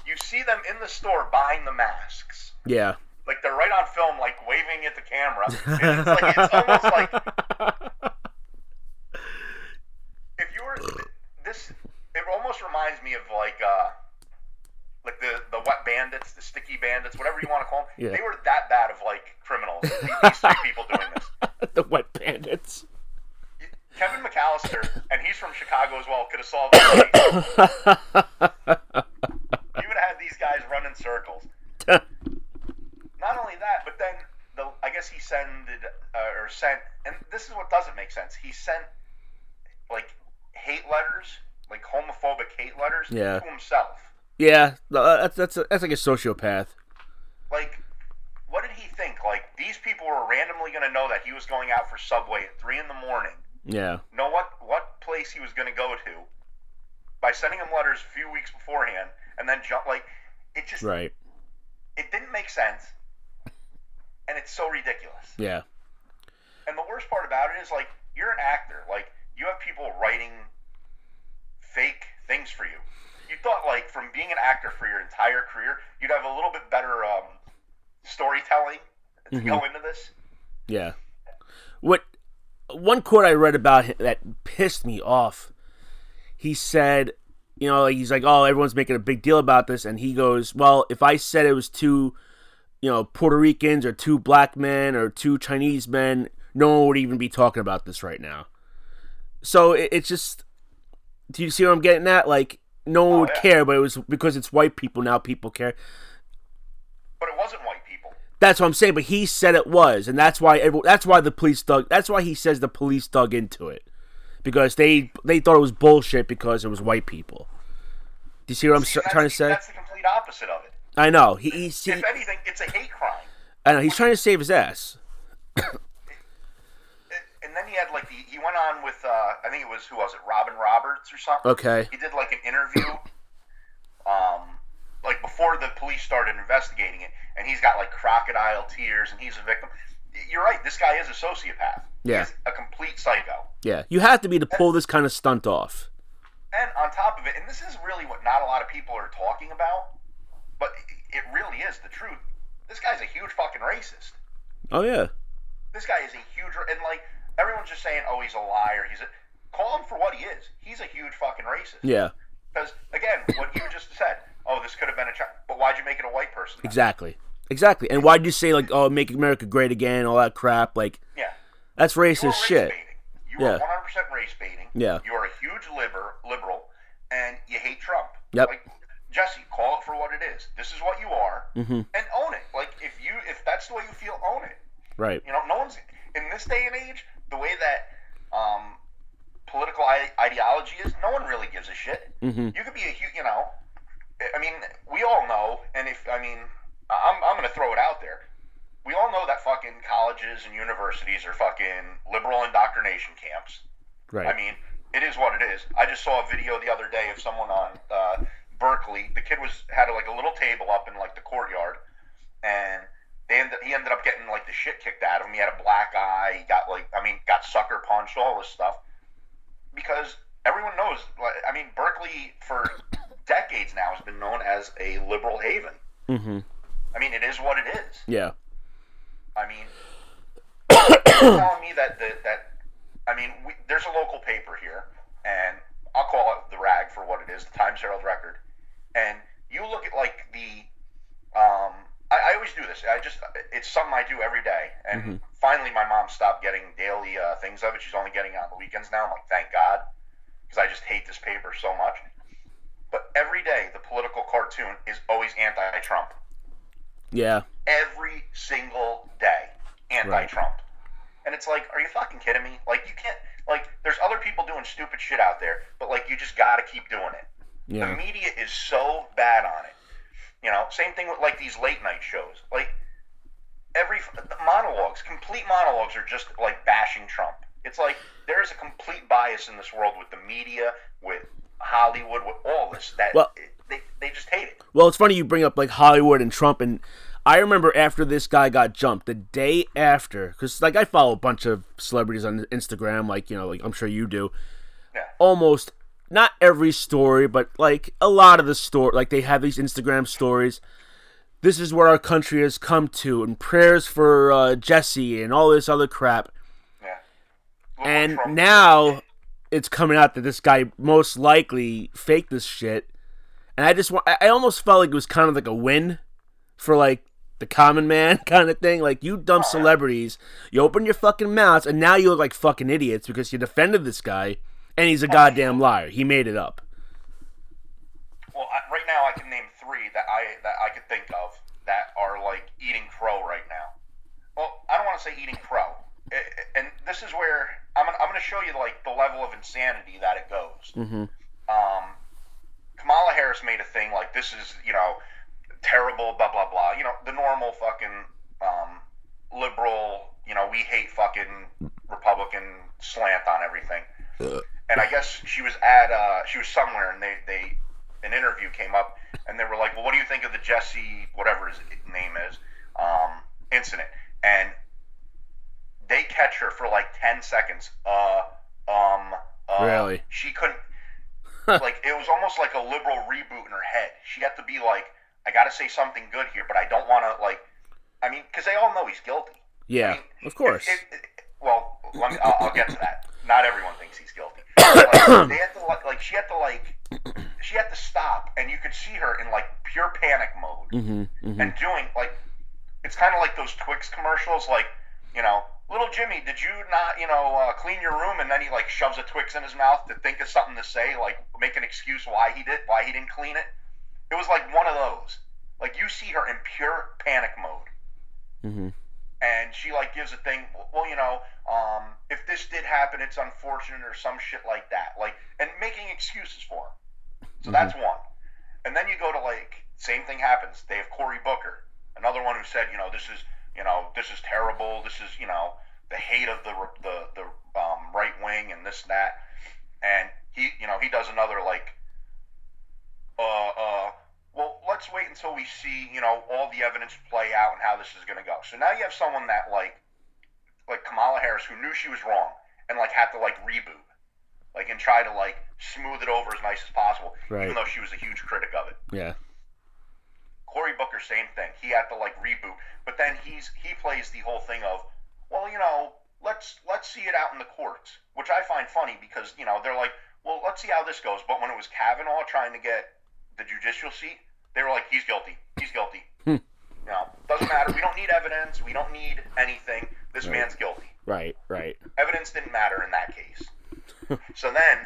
Speaker 2: You see them in the store buying the masks.
Speaker 1: Yeah,
Speaker 2: Like they're right on film, like waving at the camera. And it's like it's almost like if you were this, it almost reminds me of like uh, like the the wet bandits, the sticky bandits, whatever you want to call them.
Speaker 1: Yeah.
Speaker 2: They were that bad of like criminals. These three people doing this.
Speaker 1: the wet bandits.
Speaker 2: Kevin McAllister, and he's from Chicago as well, could have solved it. you would have had these guys run in circles. Not only that, but then the I guess he sended uh, or sent, and this is what doesn't make sense. He sent like hate letters, like homophobic hate letters
Speaker 1: Yeah.
Speaker 2: to himself.
Speaker 1: Yeah, uh, that's that's that's like a sociopath.
Speaker 2: Like, what did he think? Like these people were randomly going to know that he was going out for Subway at three in the morning.
Speaker 1: Yeah,
Speaker 2: know what what place he was going to go to by sending him letters a few weeks beforehand and then jump like it just
Speaker 1: right.
Speaker 2: it didn't make sense and it's so ridiculous
Speaker 1: Yeah,
Speaker 2: and the worst part about it is like you're an actor like you have people writing fake things for you you thought like from being an actor for your entire career you'd have a little bit better um, storytelling to
Speaker 1: Mm-hmm.
Speaker 2: go into this
Speaker 1: yeah. What one quote I read about him that pissed me off. He said, you know, like, he's like, "Oh, everyone's making a big deal about this," and he goes, "Well, if I said it was two, you know, Puerto Ricans or two black men or two Chinese men, no one would even be talking about this right now." So it, it's just, do you see what I'm getting at? Like, no one would
Speaker 2: yeah.
Speaker 1: care, but it was because it's white people now. People care.
Speaker 2: but it wasn't white people
Speaker 1: That's what I'm saying. But he said it was, and that's why everyone, that's why the police dug. That's why he says the police dug into it because they they thought it was bullshit because it was white people. Do you see what I'm
Speaker 2: See,
Speaker 1: s-
Speaker 2: that's
Speaker 1: trying
Speaker 2: the-
Speaker 1: to say?
Speaker 2: that's the complete opposite of it
Speaker 1: I know. He, he, he
Speaker 2: if anything it's a hate crime
Speaker 1: I know. He's trying to save his ass.
Speaker 2: and then he had like the, he went on with uh, I think it was who was it Robin Roberts or something.
Speaker 1: Okay.
Speaker 2: He did like an interview, um, like before the police started investigating it, and he's got like crocodile tears, and he's a victim. You're right. This guy is a sociopath.
Speaker 1: Yeah.
Speaker 2: He's a complete psycho.
Speaker 1: Yeah, you have to be to pull this kind of stunt off.
Speaker 2: And on top of it, and this is really what not a lot of people are talking about, but it really is the truth. This guy's a huge fucking racist.
Speaker 1: Oh yeah,
Speaker 2: this guy is a huge and like everyone's just saying oh he's a liar he's a call him for what he is he's a huge fucking racist
Speaker 1: yeah,
Speaker 2: because again what you just said oh this could have been a child but why'd you make it a white person then?
Speaker 1: exactly, exactly. And why'd you say like, "Oh, make America great again," all that crap? Like,
Speaker 2: yeah
Speaker 1: that's
Speaker 2: you
Speaker 1: racist
Speaker 2: race
Speaker 1: shit.
Speaker 2: baiting you
Speaker 1: Yeah.
Speaker 2: are 100% race baiting
Speaker 1: Yeah.
Speaker 2: you're a huge liber- liberal and you hate trump
Speaker 1: Yep.
Speaker 2: like jesse call it for what it is this is what you are
Speaker 1: Mm-hmm.
Speaker 2: and own it like if you if that's the way you feel own it
Speaker 1: Right.
Speaker 2: You know, no one's in this day and age. The way that um, political I- ideology is, no one really gives a shit.
Speaker 1: Mm-hmm.
Speaker 2: You could be a huge, you know. I- I mean, we all know, and if I mean, I- I'm I'm gonna throw it out there. We all know that fucking colleges and universities are fucking liberal indoctrination camps.
Speaker 1: Right.
Speaker 2: I mean, it is what it is. I just saw a video the other day of someone on uh, Berkeley. The kid was had like a little table up in like the courtyard, and they ended, he ended up getting like the shit kicked out of him. He had a black eye. He got like I mean, got sucker punched, all this stuff. Because everyone knows, like, I mean, Berkeley for decades now has been known as a liberal haven.
Speaker 1: mm-hmm.
Speaker 2: I mean, it is what it is.
Speaker 1: Yeah.
Speaker 2: I mean, you're telling me that the, that I mean, we, there's a local paper here, and I'll call it the Rag for what it is, the Times Herald Record, and you look at like the um, I, I always do this. I just it's something I do every day, and finally my mom stopped getting daily uh, things of it. She's only getting it on the weekends now. I'm like, thank God, because I just hate this paper so much. But every day, the political cartoon is always anti-Trump
Speaker 1: Yeah.
Speaker 2: every single day anti-Trump. And it's like, are you fucking kidding me? Like you can't like there's other people doing stupid shit out there, but like you just got to keep doing it. The
Speaker 1: Yeah.
Speaker 2: media is so bad on it. You know, same thing with like these late night shows. Like every the monologues, complete monologues are just like bashing Trump. It's like there is a complete bias in this world with the media, with Hollywood, with all this that
Speaker 1: Well-
Speaker 2: it- they, they just hate it.
Speaker 1: Well, it's funny you bring up like Hollywood and Trump, and I remember after this guy got jumped, the day after, because like I follow a bunch of celebrities on Instagram, like you know, like I'm sure you do.
Speaker 2: Yeah.
Speaker 1: Almost not every story, but like a lot of the story, like they have these Instagram stories. This is where our country has come to, and prayers for uh, Jesse and all this other crap.
Speaker 2: Yeah. Look what
Speaker 1: And
Speaker 2: Trump-
Speaker 1: now it's coming out that this guy most likely faked this shit. And I just want, I I almost felt like it was kind of like a win for like the common man kind of thing. Like, you dumb celebrities, you open your fucking mouths, and now you look like fucking idiots because you defended this guy, and he's a goddamn liar. He made it up.
Speaker 2: Well, I, right now I can name three that I that I could think of that are like eating crow right now. Well, I don't want to say eating crow, I- I- and this is where I'm gonna, I'm going to show you like the level of insanity that it goes.
Speaker 1: Mhm.
Speaker 2: Um, Kamala Harris made a thing like this is you know terrible blah blah blah you know the normal fucking um, liberal you know we hate fucking Republican slant on everything and I guess she was at uh, she was somewhere, and they they an interview came up, and they were like, "Well, what do you think of the Jesse whatever his name is um, incident?" And they catch her for like ten seconds. Uh, um, uh,
Speaker 1: Really?
Speaker 2: She couldn't. like it was almost like a liberal reboot in her head. She had to be like, "I got to say something good here, but I don't want to like." I mean, because they all know he's guilty.
Speaker 1: Yeah, of course.
Speaker 2: It- it- it- well, let me, I'll, I'll get to that. Not everyone thinks he's guilty. Like, they had to like, like, she had to like, she had to stop, and you could see her in like pure panic mode
Speaker 1: hmm hmm
Speaker 2: and doing like, it's kind of like those Twix commercials, like, you know, little Jimmy, did you not, you know, uh, clean your room? And then he like shoves a Twix in his mouth to think of something to say, like make an excuse why he did, why he didn't clean it. It was like one of those. Like you see her in pure panic mode
Speaker 1: hmm
Speaker 2: and she like gives a thing well you know um, if this did happen it's unfortunate or some shit like that like and making excuses for him so that's one and then you go to like same thing happens they have corey booker another one who said you know this is you know this is terrible this is you know the hate of the re- the, the um, right wing and this and that and he you know he does another like uh, uh, well, let's wait until we see, you know, all the evidence play out and how this is going to go. So now you have someone that like, like Kamala Harris, who knew she was wrong and like had to like reboot, like and try to like smooth it over as nice as possible,
Speaker 1: Right.
Speaker 2: even though she was a huge critic of it.
Speaker 1: Yeah.
Speaker 2: Cory Booker, same thing. He had to like reboot, but then he's he plays the whole thing of, well, you know, let's let's see it out in the courts, which I find funny because you know they're like, well, let's see how this goes. But when it was Kavanaugh trying to get the judicial seat, they were like, he's guilty, he's guilty. you know, doesn't matter. We don't need evidence. We don't need anything. This man's guilty
Speaker 1: Right. Right.
Speaker 2: evidence didn't matter in that case. so then,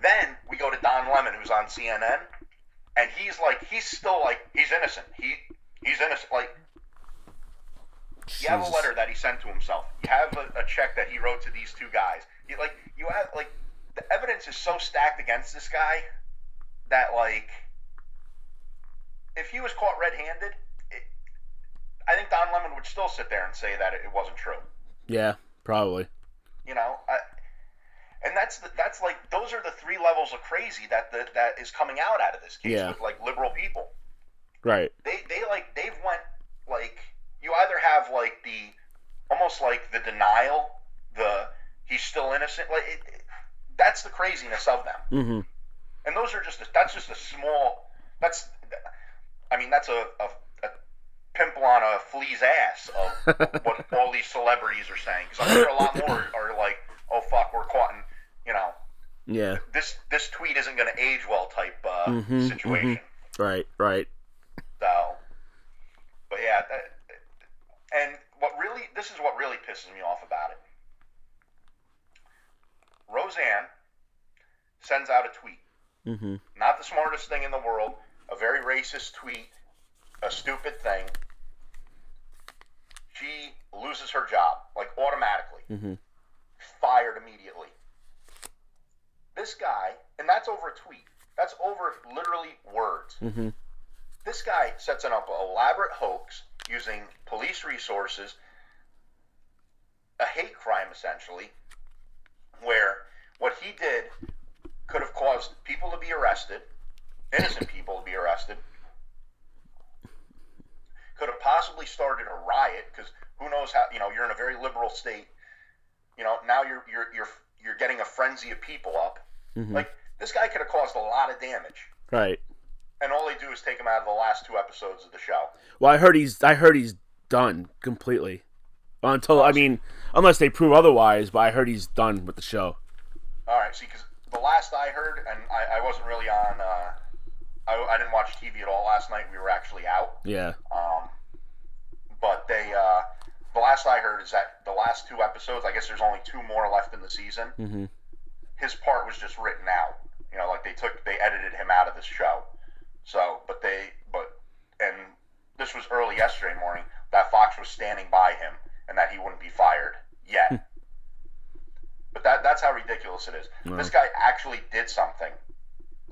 Speaker 2: then we go to Don Lemon, who's on CNN, and he's like, he's still like, he's innocent. He, he's innocent. Like, you have a
Speaker 1: Jesus.
Speaker 2: letter that he sent to himself. You have a, a check that he wrote to these two guys. You, like, you have like, the evidence is so stacked against this guy that like, if he was caught red-handed, it, I think Don Lemon would still sit there and say that it, it wasn't true
Speaker 1: Yeah. Probably.
Speaker 2: you know I, and that's the, that's like those are the three levels of crazy that the, that is coming out out of this case
Speaker 1: Yeah.
Speaker 2: with like liberal people
Speaker 1: Right.
Speaker 2: they they like they've went like you either have like the almost like the denial the he's still innocent like it, it- that's the craziness of them
Speaker 1: hmm
Speaker 2: and those are just a, that's just a small that's i mean that's a, a, a pimple on a flea's ass of what all these celebrities are saying because i'm sure a lot more are like oh fuck we're caught in you know
Speaker 1: Yeah.
Speaker 2: this this tweet isn't going to age well type uh,
Speaker 1: Mhm,
Speaker 2: situation
Speaker 1: Right. Right.
Speaker 2: so but yeah that, and what really this is what really pisses me off about it roseanne sends out a tweet
Speaker 1: hmm
Speaker 2: not the smartest thing in the world, a very racist tweet, a stupid thing. She loses her job, like automatically.
Speaker 1: Mhm.
Speaker 2: Fired immediately. This guy, and that's over a tweet, that's over literally words.
Speaker 1: Mhm.
Speaker 2: This guy sets up an elaborate hoax using police resources, a hate crime essentially, where what he did could have caused people to be arrested, innocent people to be arrested, could have possibly started a riot because who knows how you know you're in a very liberal state, you know now you're you're you're you're getting a frenzy of people up.
Speaker 1: Mhm.
Speaker 2: Like this guy could have caused a lot of damage,
Speaker 1: Right.
Speaker 2: and all they do is take him out of the last two episodes of the show.
Speaker 1: Well, I heard he's I heard he's done completely. Until I mean, unless they prove otherwise, but I heard he's done with the show.
Speaker 2: All right, see, because the last I heard, and I, I wasn't really on, uh, I, I didn't watch TV at all last night. We were actually out.
Speaker 1: Yeah.
Speaker 2: Um, but they, uh, the last I heard is that the last two episodes, I guess there's only two more left in the season.
Speaker 1: Mm-hmm.
Speaker 2: His part was just written out. You know, like they took, they edited him out of the show. So, but they, but, and this was early yesterday morning, that Fox was standing by him and that he wouldn't be fired yet. but that, that's how ridiculous it is.
Speaker 1: Wow.
Speaker 2: This guy actually did something,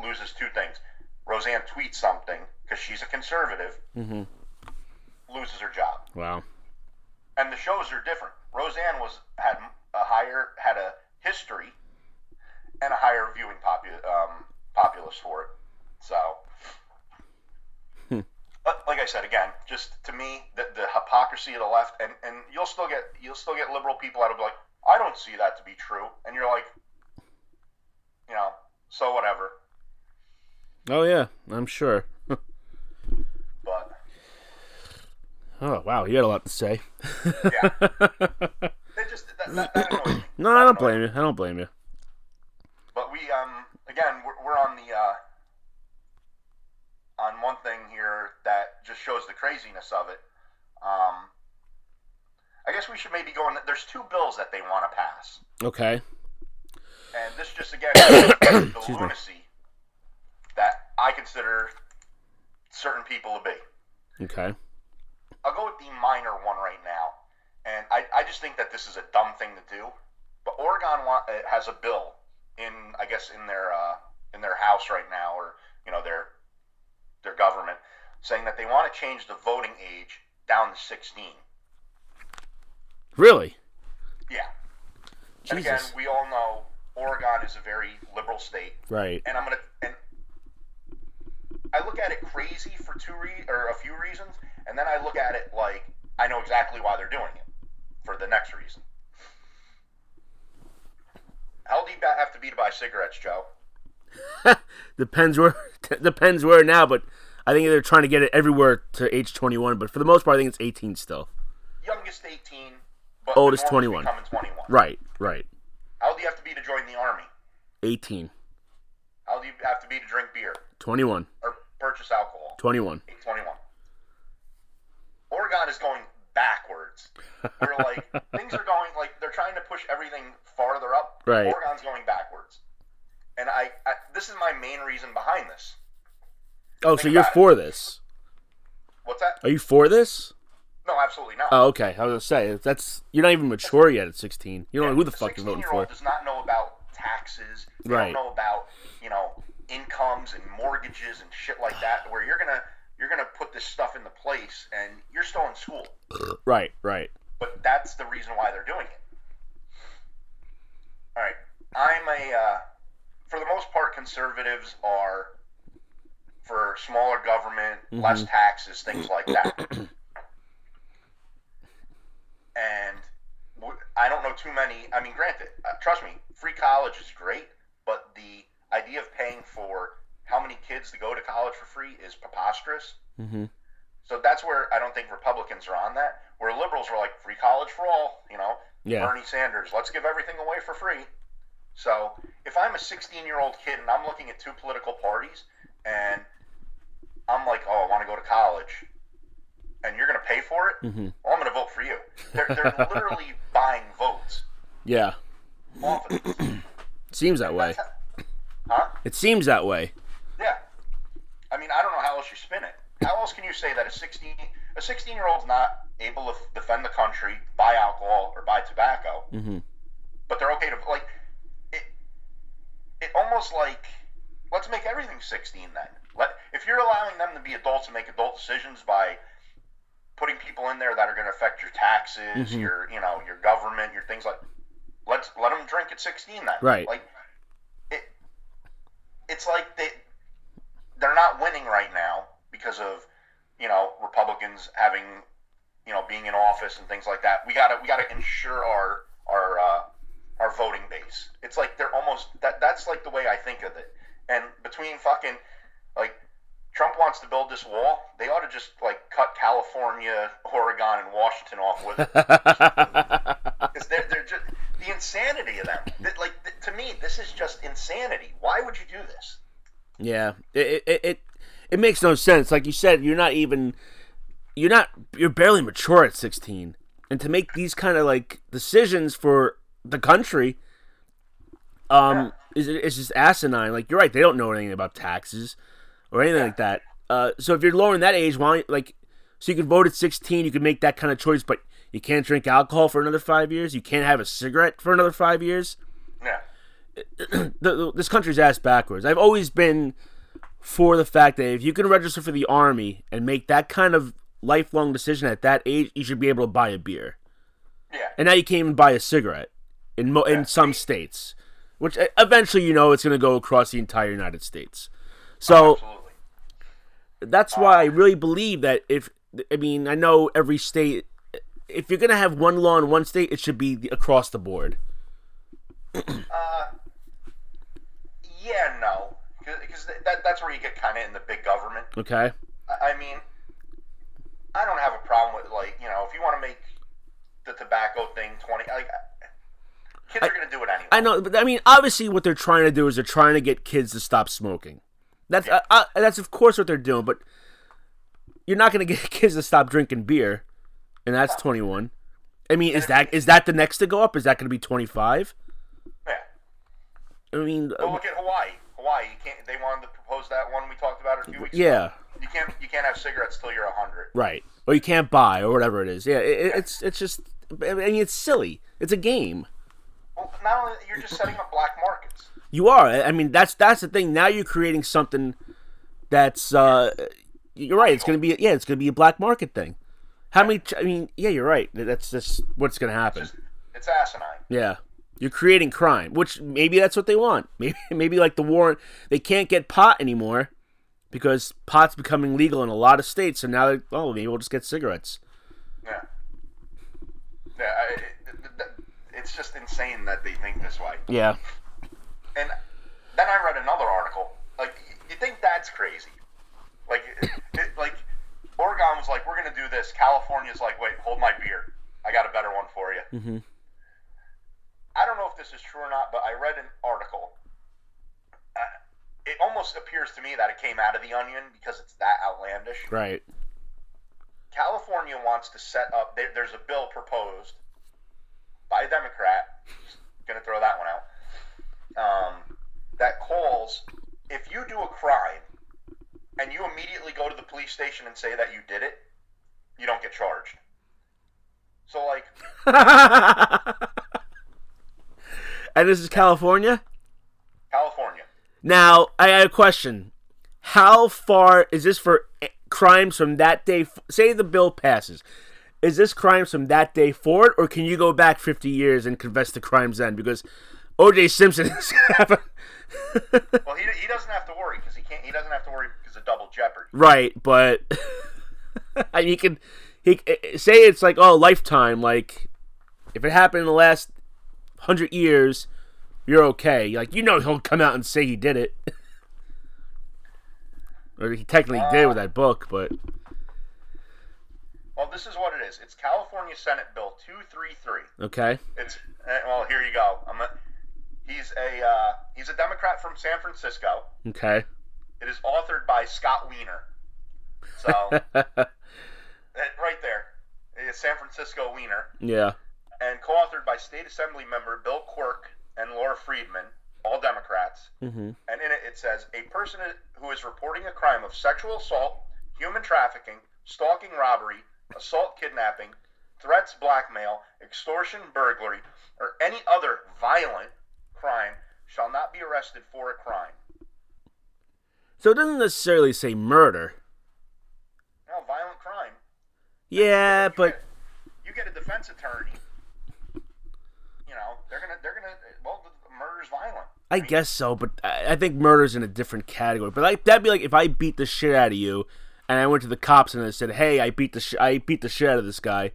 Speaker 2: loses two things. Roseanne tweets something because she's a conservative,
Speaker 1: Mm-hmm.
Speaker 2: loses her job.
Speaker 1: Wow.
Speaker 2: and the shows are different. Roseanne was had a higher had a history and a higher viewing popu- um, populace for it. So,
Speaker 1: Hmm.
Speaker 2: but like I said again, just to me, the, the hypocrisy of the left, and, and you'll still get you'll still get liberal people that'll be like, I don't see that to be true, and you're like, you know, so whatever.
Speaker 1: Oh yeah, I'm sure.
Speaker 2: But
Speaker 1: Oh wow, you had a lot to say.
Speaker 2: yeah, they just that, that, that annoys me.
Speaker 1: No, I don't blame you. I don't blame you.
Speaker 2: But we, um, again, we're, we're on the uh, on one thing here that just shows the craziness of it. Um, I guess we should maybe go on. There's two bills that they want to pass,
Speaker 1: Okay.
Speaker 2: and this just again shows the
Speaker 1: Excuse me.
Speaker 2: lunacy that I consider certain people to be.
Speaker 1: Okay.
Speaker 2: I'll go with the minor one right now, and I, I just think that this is a dumb thing to do. But Oregon wa- uh, has a bill in I guess in their uh, in their house right now, or you know their their government saying that they want to change the voting age down to 16.
Speaker 1: Really?
Speaker 2: Yeah, and again,
Speaker 1: Jesus.
Speaker 2: we all know Oregon is a very liberal state,
Speaker 1: Right.
Speaker 2: and I'm gonna and I look at it crazy for two re- or a few reasons, and then I look at it like I know exactly why they're doing it for the next reason. How do you ba- have to be to buy cigarettes, Joe?
Speaker 1: Depends where. depends where now, but I think they're trying to get it everywhere to age 21. But for the most part, I think it's 18 still.
Speaker 2: Youngest 18, but
Speaker 1: Oldest
Speaker 2: the norm is
Speaker 1: 21.
Speaker 2: Becoming 21.
Speaker 1: Right. Right.
Speaker 2: How old do you have to be to join the army?
Speaker 1: 18.
Speaker 2: How old do you have to be to drink beer
Speaker 1: 21.
Speaker 2: or purchase alcohol?
Speaker 1: 21.
Speaker 2: 21. Oregon is going backwards. We're like things are going like they're trying to push everything farther up.
Speaker 1: Right.
Speaker 2: Oregon's going backwards, and I, I this is my main reason behind this.
Speaker 1: Oh, so
Speaker 2: Think
Speaker 1: you're
Speaker 2: about it.
Speaker 1: for this?
Speaker 2: What's that?
Speaker 1: Are you for this?
Speaker 2: No, absolutely not.
Speaker 1: Oh, okay. I was gonna say that's you're not even mature yet at 16. You don't know Oh, who the fuck you're voting
Speaker 2: 16-year-old
Speaker 1: for.
Speaker 2: Does not know about taxes. They
Speaker 1: Right.
Speaker 2: Don't know about you know incomes and mortgages and shit like that. Where you're gonna you're gonna put this stuff into place, and you're still in school.
Speaker 1: Right. Right.
Speaker 2: but that's the reason why they're doing it. All right, I'm a uh, for the most part conservatives are for smaller government, less taxes, things like that. and w- I don't know too many. I mean, granted, uh, trust me, free college is great, but the idea of paying for how many kids to go to college for free is preposterous.
Speaker 1: Mm-hmm.
Speaker 2: So that's where I don't think Republicans are on that. Where liberals are like free college for all, you know,
Speaker 1: Yeah.
Speaker 2: Bernie Sanders, let's give everything away for free. So if I'm a 16 year old kid and I'm looking at two political parties and I'm like, oh, I want to go to college, and you're going to pay for it,
Speaker 1: Mm-hmm.
Speaker 2: well, I'm going to vote for you. They're, they're literally buying votes
Speaker 1: Yeah.
Speaker 2: off of this.
Speaker 1: Seems that way.
Speaker 2: Huh?
Speaker 1: It seems that way.
Speaker 2: Yeah. I mean, I don't know how else you spin it. How else can you say that a sixteen a sixteen year old's not able to f- defend the country, buy alcohol or buy tobacco,
Speaker 1: Mm-hmm.
Speaker 2: but they're okay to like it? It almost like let's make everything sixteen then. Let if you're allowing them to be adults and make adult decisions by putting people in there that are going to affect your taxes,
Speaker 1: Mhm.
Speaker 2: your you know your government, your things like Let's let them drink at 16 then.
Speaker 1: Right.
Speaker 2: Like it. It's like they they're not winning right now because of you know Republicans having you know being in office and things like that. We gotta we gotta ensure our our uh, our voting base. It's like they're almost that that's like the way I think of it. And between fucking like Trump wants to build this wall, they ought to just like cut California, Oregon, and Washington off with it. Because they're, they're just the insanity of them. That, like th- to me, this is just insanity. Why would you do this?
Speaker 1: yeah, it it, it it makes no sense. Like you said, you're not even you're not you're barely mature at 16, and to make these kind of like decisions for the country, um, is it's just asinine. Like you're right, they don't know anything about taxes or anything like that. Uh, so if you're lowering that age, why like so you can vote at 16, you can make that kind of choice, but you can't drink alcohol for another five years. You can't have a cigarette for another five years
Speaker 2: Yeah,
Speaker 1: the, the- this country's ass backwards. I've always been for the fact that if you can register for the army and make that kind of lifelong decision at that age, you should be able to buy a beer.
Speaker 2: yeah.
Speaker 1: And now you can't even buy a cigarette in mo- in some states, which uh, eventually you know it's going to go across the entire United States. So
Speaker 2: Absolutely.
Speaker 1: that's why I really believe that if I mean I know every state, if you're going to have one law in one state, it should be the, across the board.
Speaker 2: Yeah, no, because that, that's where you get kind of in the big government.
Speaker 1: Okay.
Speaker 2: I I mean, I don't have a problem with like you know if you want to make the tobacco thing twenty like kids are gonna do it anyway.
Speaker 1: I know, but I mean, obviously, what they're trying to do is they're trying to get kids to stop smoking. That's uh, uh, that's of course what they're doing, but you're not going to get kids to stop drinking beer, and that's 21. I mean, is that is that the next to go up? Is that going to be 25?
Speaker 2: yeah.
Speaker 1: I mean,
Speaker 2: But
Speaker 1: uh,
Speaker 2: look at Hawaii. Hawaii, you can't. They wanted to propose that one we talked about a few weeks.
Speaker 1: yeah,
Speaker 2: ago. You can't. You can't have cigarettes till you're hundred.
Speaker 1: right. Or you can't buy, or whatever it is. Yeah, it, it's it's just, I mean, it's silly. It's a game.
Speaker 2: Well, not only that, you're just setting up black markets.
Speaker 1: You are. I I mean, that's that's the thing. Now you're creating something that's. Uh, you're right. It's gonna be yeah. It's gonna be a black market thing. How many? ch- I mean, yeah. You're right. Th- That's just what's gonna happen.
Speaker 2: Just, it's asinine.
Speaker 1: Yeah. You're creating crime, which maybe that's what they want. Maybe maybe like the war, they can't get pot anymore because pot's becoming legal in a lot of states. So now, they, oh, maybe we'll just get cigarettes.
Speaker 2: Yeah. Yeah. I, it, it- it- it's just insane that they think this way.
Speaker 1: Yeah.
Speaker 2: And then I read another article. Like, y- you think that's crazy? Like, it, it, like Oregon was like, "We're gonna do this." California's like, "Wait, hold my beer. I got a better one for you."
Speaker 1: Mhm.
Speaker 2: I don't know if this is true or not, but I read an article. Uh, it almost appears to me that it came out of the Onion because it's that outlandish.
Speaker 1: Right.
Speaker 2: California wants to set up. There, there's a bill proposed by a Democrat. Just gonna throw that one out. Um, that calls if you do a crime and you immediately go to the police station and say that you did it, you don't get charged. So like,
Speaker 1: and this is California.
Speaker 2: California,
Speaker 1: Now, I have a question. How far is this for eh, crimes from that day? f- Say the bill passes. Is this crimes from that day forward, or can you go back 50 years and confess to crimes then? Because O.J. Simpson is.
Speaker 2: well, he, he doesn't have to worry because he can't. He doesn't have to worry because of double jeopardy.
Speaker 1: right, but. and he can. He, eh, eh, say it's like, oh, lifetime. Like, if it happened in the last 100 years, you're okay. Like, you know he'll come out and say he did it. or he technically did with that book, but.
Speaker 2: Well, this is what it is. It's California Senate Bill two three three.
Speaker 1: Okay.
Speaker 2: It's eh, well, here you go. I'm a, he's a uh, he's a Democrat from San Francisco.
Speaker 1: Okay.
Speaker 2: It is authored by Scott Weiner. So eh, right there, it's San Francisco Weiner,
Speaker 1: yeah.
Speaker 2: and co-authored by State Assembly member Bill Quirk and Laura Friedman, all Democrats.
Speaker 1: Mm-hmm.
Speaker 2: And in it, it says a person who is reporting a crime of sexual assault, human trafficking, stalking, robbery, assault, kidnapping, threats, blackmail, extortion, burglary, or any other violent crime shall not be arrested for a crime.
Speaker 1: So it doesn't necessarily say murder.
Speaker 2: Now, violent crime.
Speaker 1: Yeah, but
Speaker 2: you get a defense attorney. You you know, they're gonna they're gonna well, the, the murder's violent.
Speaker 1: I guess so, but I, I think murder's in a different category. But like that'd be like if I beat the shit out of you, and I went to the cops and I said, "Hey, I beat the sh- I beat the shit out of this guy."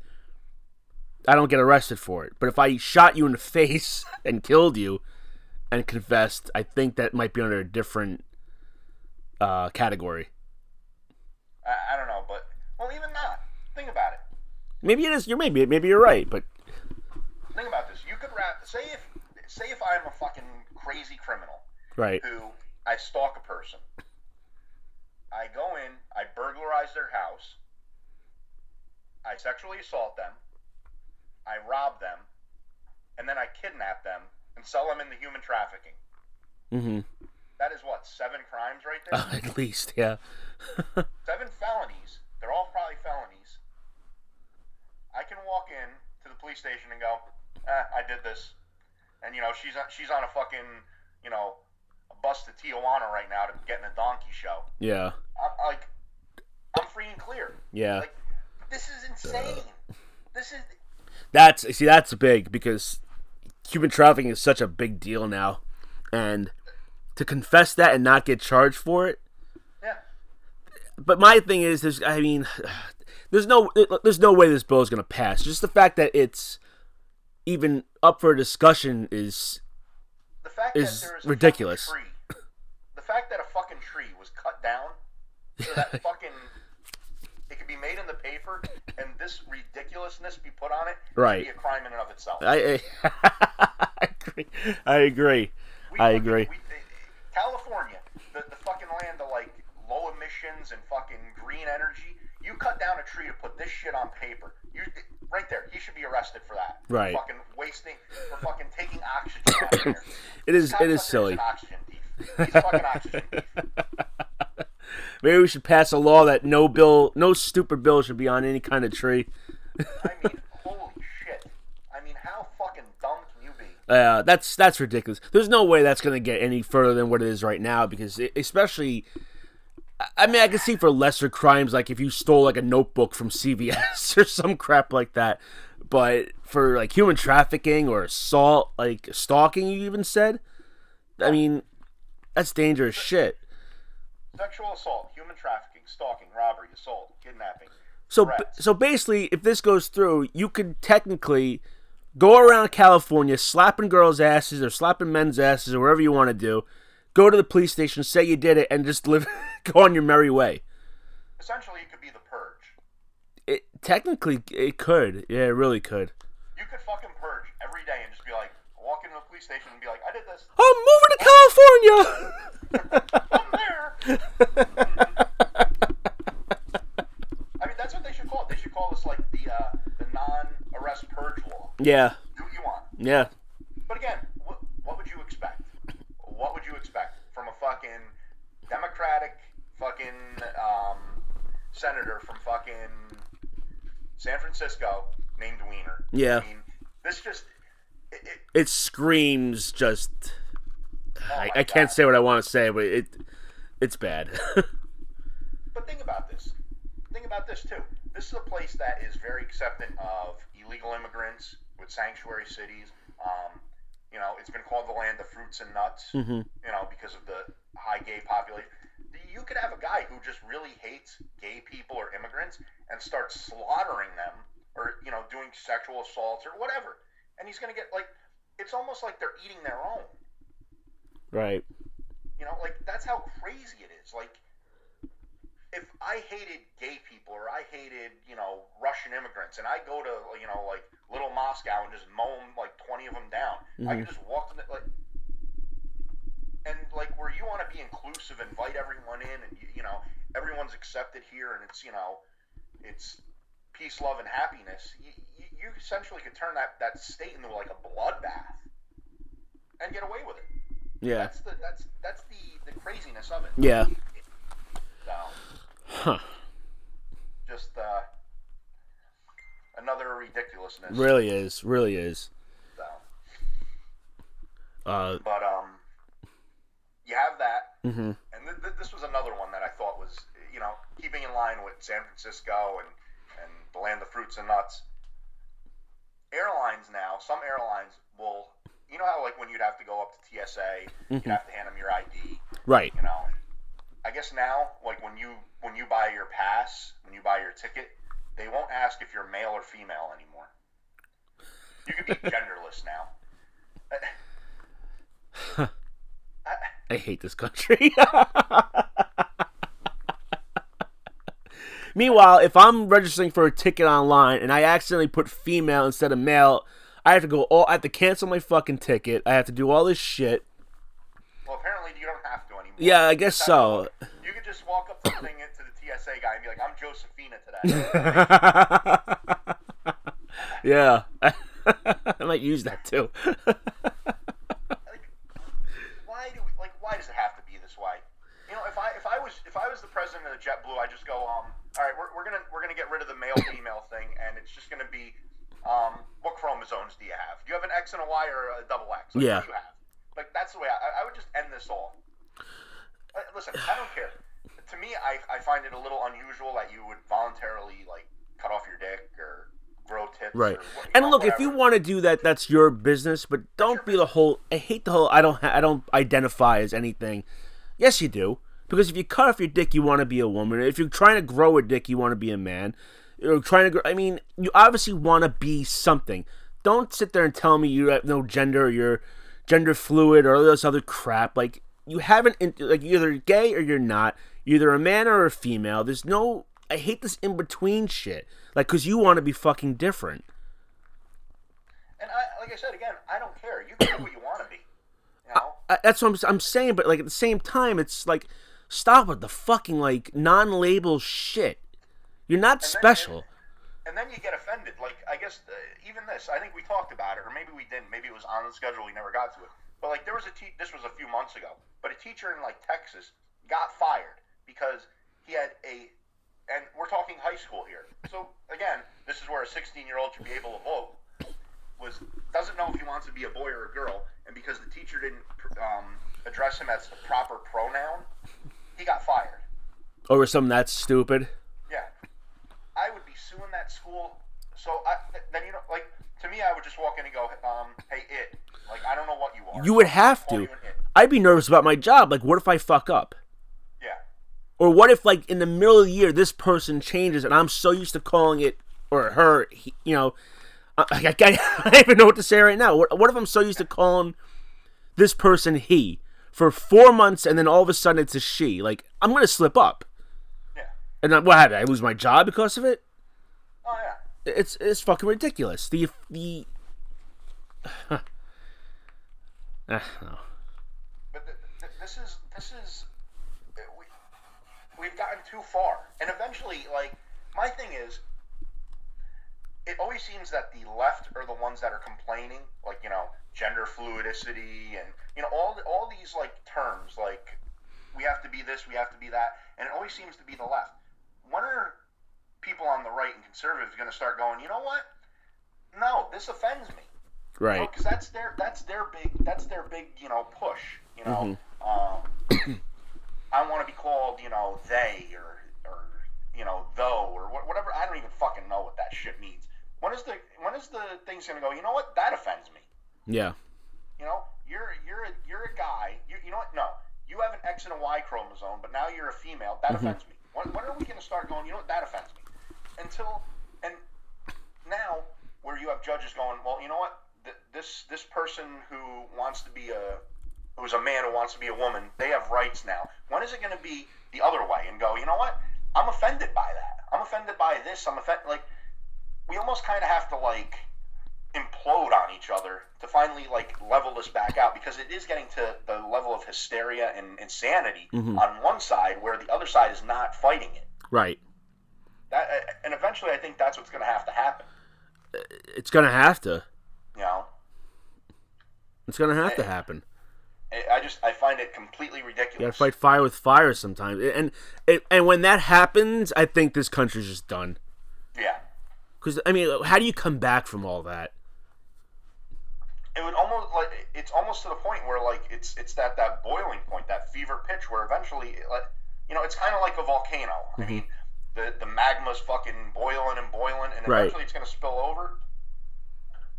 Speaker 1: I don't get arrested for it. But if I shot you in the face and killed you and confessed, I think that might be under a different uh, category.
Speaker 2: I, I don't know, but well, even not. Think about it.
Speaker 1: Maybe it is. You're maybe maybe you're right, but
Speaker 2: Think about this. You could wrap. Say if say if I'm a fucking crazy criminal
Speaker 1: right.
Speaker 2: who I stalk a person. I go in, I burglarize their house, I sexually assault them, I rob them, and then I kidnap them and sell them into human trafficking.
Speaker 1: Mm-hmm.
Speaker 2: That is what seven crimes right there.
Speaker 1: at least, yeah.
Speaker 2: seven felonies. They're all probably felonies. I can walk in to the police station and go, eh, I did this, and you know she's on, she's on a fucking you know a bus to Tijuana right now to get in a donkey show.
Speaker 1: Yeah.
Speaker 2: I'm like, I'm free and clear.
Speaker 1: Yeah. Uh,
Speaker 2: Like, this is insane. This is
Speaker 1: That's see that's big because human trafficking is such a big deal now. And to confess that and not get charged for it,
Speaker 2: yeah.
Speaker 1: but my thing is there's I mean there's no there's no way this bill is going to pass. Just the fact that it's even up for discussion is
Speaker 2: The fact
Speaker 1: Is
Speaker 2: that there is a fucking
Speaker 1: ridiculous.
Speaker 2: Tree, the fact that a fucking tree was cut down so that fucking it could be made in the paper and this ridiculousness be put on it should
Speaker 1: Right.
Speaker 2: be a crime in and of itself.
Speaker 1: I I, I agree. I agree.
Speaker 2: We
Speaker 1: I
Speaker 2: fucking-
Speaker 1: agree.
Speaker 2: we- eh, California, the, the fucking land of like low emissions and fucking green energy. You cut down a tree to put this shit on paper. You eh, right there. You should be arrested for that. For
Speaker 1: Right.
Speaker 2: Fucking wasting for fucking taking oxygen. Out of there.
Speaker 1: It is it is
Speaker 2: Cocksucker
Speaker 1: silly.
Speaker 2: An oxygen thief. He's a fucking oxygen thief.
Speaker 1: Maybe we should pass a law that no bill, no stupid bill should be on any kind of tree.
Speaker 2: I mean, holy shit. I mean, how fucking dumb can you be?
Speaker 1: Uh, that's that's ridiculous. There's no way that's gonna get any further than what it is right now because it, especially, I- I mean, I can see for lesser crimes like if you stole like a notebook from CVS or some crap like that, but for like human trafficking or assault, like stalking, you even said, I mean, that's dangerous shit.
Speaker 2: Sexual assault, human trafficking, stalking, robbery, assault, kidnapping.
Speaker 1: So, b-
Speaker 2: Correct.
Speaker 1: so basically, if this goes through, you could technically go around California slapping girls' asses or slapping men's asses or wherever you want to do. Go to the police station, say you did it, and just live, go on your merry way.
Speaker 2: Essentially, it could be the purge.
Speaker 1: It technically it could, yeah, it really could.
Speaker 2: You could fucking purge every day and just be like, walk into the police station and be like, I did this.
Speaker 1: I'm moving to California.
Speaker 2: I'm there. I mean, that's what they should call it. They should call this like the uh, the non-arrest purge law.
Speaker 1: yeah,
Speaker 2: Do what you want.
Speaker 1: yeah,
Speaker 2: But again, what, what would you expect? What would you expect from a fucking Democratic fucking um, senator from fucking San Francisco named Wiener?
Speaker 1: Yeah.
Speaker 2: I mean, this just. It, it,
Speaker 1: it screams just.
Speaker 2: oh
Speaker 1: I,
Speaker 2: my
Speaker 1: I can't
Speaker 2: God.
Speaker 1: say what I want to say, but it, it's bad.
Speaker 2: But think about this. Think about this too. This is a place that is very accepting of illegal immigrants with sanctuary cities. Um, you know, it's been called the land of fruits and nuts.
Speaker 1: Hmm. Mm-hmm.
Speaker 2: You know, because of the high gay population. You could have a guy who just really hates gay people or immigrants and start slaughtering them, or you know, doing sexual assaults or whatever. And he's gonna get like, it's almost like they're eating their own.
Speaker 1: right.
Speaker 2: You know, like that's how crazy it is. Like, if I hated gay people or I hated, you know, Russian immigrants, and I go to, you know, like Little Moscow and just mow 'em, like twenty of them down, I could just walk in the, like, and like where you want to be inclusive, invite everyone in, and you, you know, everyone's accepted here, and it's, you know, it's peace, love, and happiness. You, you, you essentially could turn that that state into like a bloodbath and get away with it
Speaker 1: Yeah.
Speaker 2: that's the that's that's the the craziness of it.
Speaker 1: Yeah.
Speaker 2: So
Speaker 1: Huh.
Speaker 2: just uh, another ridiculousness.
Speaker 1: Really is. Really is.
Speaker 2: So,
Speaker 1: Uh.
Speaker 2: but um, you have that,
Speaker 1: hmm
Speaker 2: and th- th- this was another one that I thought was you know keeping in line with San Francisco and and the land of fruits and nuts. Airlines now now, some airlines will. You know how like when you'd have to go up to TSA, you'd
Speaker 1: Mm-hmm.
Speaker 2: have to hand them your ID.
Speaker 1: Right.
Speaker 2: You know, I guess now, like when you when you buy your pass, when you buy your ticket, they won't ask if you're male or female anymore. You can be genderless now.
Speaker 1: I hate this country. Meanwhile, if I'm registering for a ticket online and I accidentally put female instead of male, I have to go all I have to cancel my fucking ticket. I have to do all this shit.
Speaker 2: Well, apparently you don't have to anymore.
Speaker 1: Yeah, I guess so.
Speaker 2: You could just walk up to the thing to the TSA guy and be like, "I'm Josephina today."
Speaker 1: yeah. I might use that too.
Speaker 2: like, why do we, like why does it have to be this way? You know, if I if I was if I was the president of JetBlue, I just go um, all right, we're, we're gonna we're gonna get rid of the male female thing, and it's just gonna be um, what chromosomes do you have? Do you have an X and a Y or a double X? Like,
Speaker 1: Yeah.
Speaker 2: What do you have? Like that's the way I, I would just end this all. Uh, Listen, I don't care. To me, I, I find it a little unusual that you would voluntarily like cut off your dick or grow tits.
Speaker 1: Right.
Speaker 2: Or what,
Speaker 1: And look, if you
Speaker 2: whatever.
Speaker 1: want to do that, that's your business. But don't be the whole. I hate the whole. I don't. Ha- I don't identify as anything. Yes, you do. Because if you cut off your dick, you want to be a woman. If you're trying to grow a dick, you want to be a man. You're trying to grow. I mean, you obviously want to be something. Don't sit there and tell me you have no gender or you're gender fluid or all this other crap. Like you haven't. in- Like you're either gay or you're not. You're either a man or a female. There's no. I hate this in between shit. Like, cause you want to be fucking different.
Speaker 2: And I, like I said again, I don't care. You can be what you want to be. You know.
Speaker 1: I, that's what I'm, I'm saying, but like at the same time, it's like stop with the fucking like non-label shit. You're not special.
Speaker 2: and then you get offended. Like I guess uh, even this, I think we talked about it, or maybe we didn't. Maybe it was on the schedule. We never got to it. But like there was a te- this was a few months ago, but a teacher in like Texas got fired because he had a, and we're talking high school here. So again, this is where a 16 year old should be able to vote. Was doesn't know if he wants to be a boy or a girl, and because the teacher didn't pr- um, address him as the proper pronoun, he got fired.
Speaker 1: Over something that's stupid.
Speaker 2: Yeah, I would be suing that school. So I, th- then you know, like to me, I would just walk in and go, um, "Hey, it." Like I don't know what you are.
Speaker 1: You would have
Speaker 2: Call
Speaker 1: to.
Speaker 2: you an it.
Speaker 1: I'd be nervous about my job. Like, what if I fuck up?
Speaker 2: Yeah,
Speaker 1: Or what if like in the middle of the year this person changes and I'm so used to calling it or her, he, you know, I, I, I, I don't even know what to say right now. What, what if I'm so used to calling this person he for four months and then all of a sudden it's a she? Like, I'm gonna slip up.
Speaker 2: yeah.
Speaker 1: And then what happened? I lose my job because of it?
Speaker 2: Oh yeah.
Speaker 1: It's it's fucking ridiculous. The the. Ah, no.
Speaker 2: But th- th- this is this is uh, we, we've gotten too far, and eventually, like my thing is, it always seems that the left are the ones that are complaining, like you know, gender fluidicity, and you know, all the, all these like terms, like we have to be this, we have to be that, and it always seems to be the left. When are people on the right and conservatives going to start going? You know what? No, this offends me
Speaker 1: Right.
Speaker 2: because that's their that's their big that's their big you know push. You know, um, I want to be called you know they or or you know though or wha- whatever. I don't even fucking know what that shit means. When is the when is the thing's gonna go? You know what? That offends me.
Speaker 1: Yeah.
Speaker 2: You know, you're you're a, you're a guy. You, you know what? No, you have an X and a Y chromosome, but now you're a female. That offends me. When, when are we going to start going? You know what? That offends me. Until and now, where you have judges going, well, you know what? Th- this this person who wants to be a who's a man who wants to be a woman, they have rights now. When is it going to be the other way and go? You know what? I'm offended by that. I'm offended by this. I'm offended. Like we almost kind of have to like implode on each other to finally like level this back out because it is getting to the level of hysteria and insanity
Speaker 1: Mm-hmm.
Speaker 2: on one side where the other side is not fighting it.
Speaker 1: Right.
Speaker 2: That uh, and eventually, I think that's what's going to have to happen.
Speaker 1: It's gonna have to.
Speaker 2: You know,
Speaker 1: It's gonna have to happen.
Speaker 2: I I just I find it completely ridiculous.
Speaker 1: You gotta fight fire with fire sometimes. And and, and when that happens, I think this country's just done.
Speaker 2: Yeah,
Speaker 1: Because I mean, how do you come back from all that?
Speaker 2: it would almost like it's almost to the point where like it's it's that that boiling point, that fever pitch where eventually, it, like you know, it's kind of like a volcano. I mean, the the magma's fucking boiling and boiling, and
Speaker 1: Right.
Speaker 2: eventually it's going to spill over.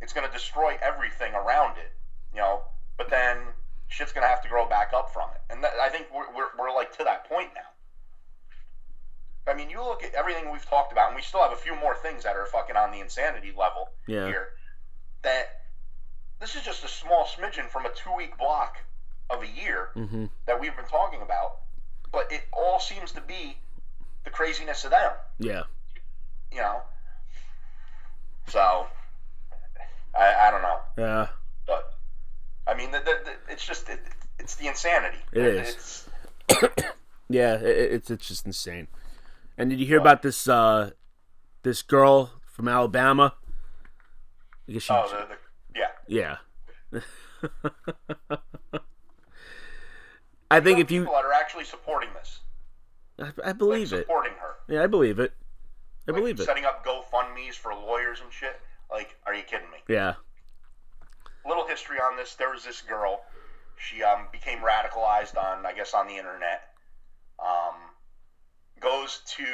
Speaker 2: It's it's going to destroy everything around it, you know. But then shit's going to have to grow back up from it, and that, I think we're, we're we're like to that point now. I mean, you look at everything we've talked about, and we still have a few more things that are fucking on the insanity level
Speaker 1: Yeah.
Speaker 2: here. That this is just a small smidgen from a two-week block of a year
Speaker 1: Mm-hmm.
Speaker 2: that we've been talking about, but it all seems to be the craziness of them,
Speaker 1: Yeah.
Speaker 2: you know. So I, I don't know,
Speaker 1: Yeah.
Speaker 2: but I mean, the, the, the, it's just it, it's the insanity.
Speaker 1: It is.
Speaker 2: It's,
Speaker 1: Yeah, it, it- it's it's just insane. And did you hear about this uh, this girl from Alabama? I guess she,
Speaker 2: oh, the, the, yeah.
Speaker 1: yeah. I think if you,
Speaker 2: people that are actually supporting this,
Speaker 1: I, I
Speaker 2: like
Speaker 1: believe it.
Speaker 2: supporting her,
Speaker 1: Yeah, I believe it. I
Speaker 2: Like,
Speaker 1: believe it.
Speaker 2: setting up GoFundmes for lawyers and shit. Like, are you kidding me?
Speaker 1: Yeah.
Speaker 2: little history on this. There was this girl. She um, became radicalized on, I guess, on the internet. Um, goes to,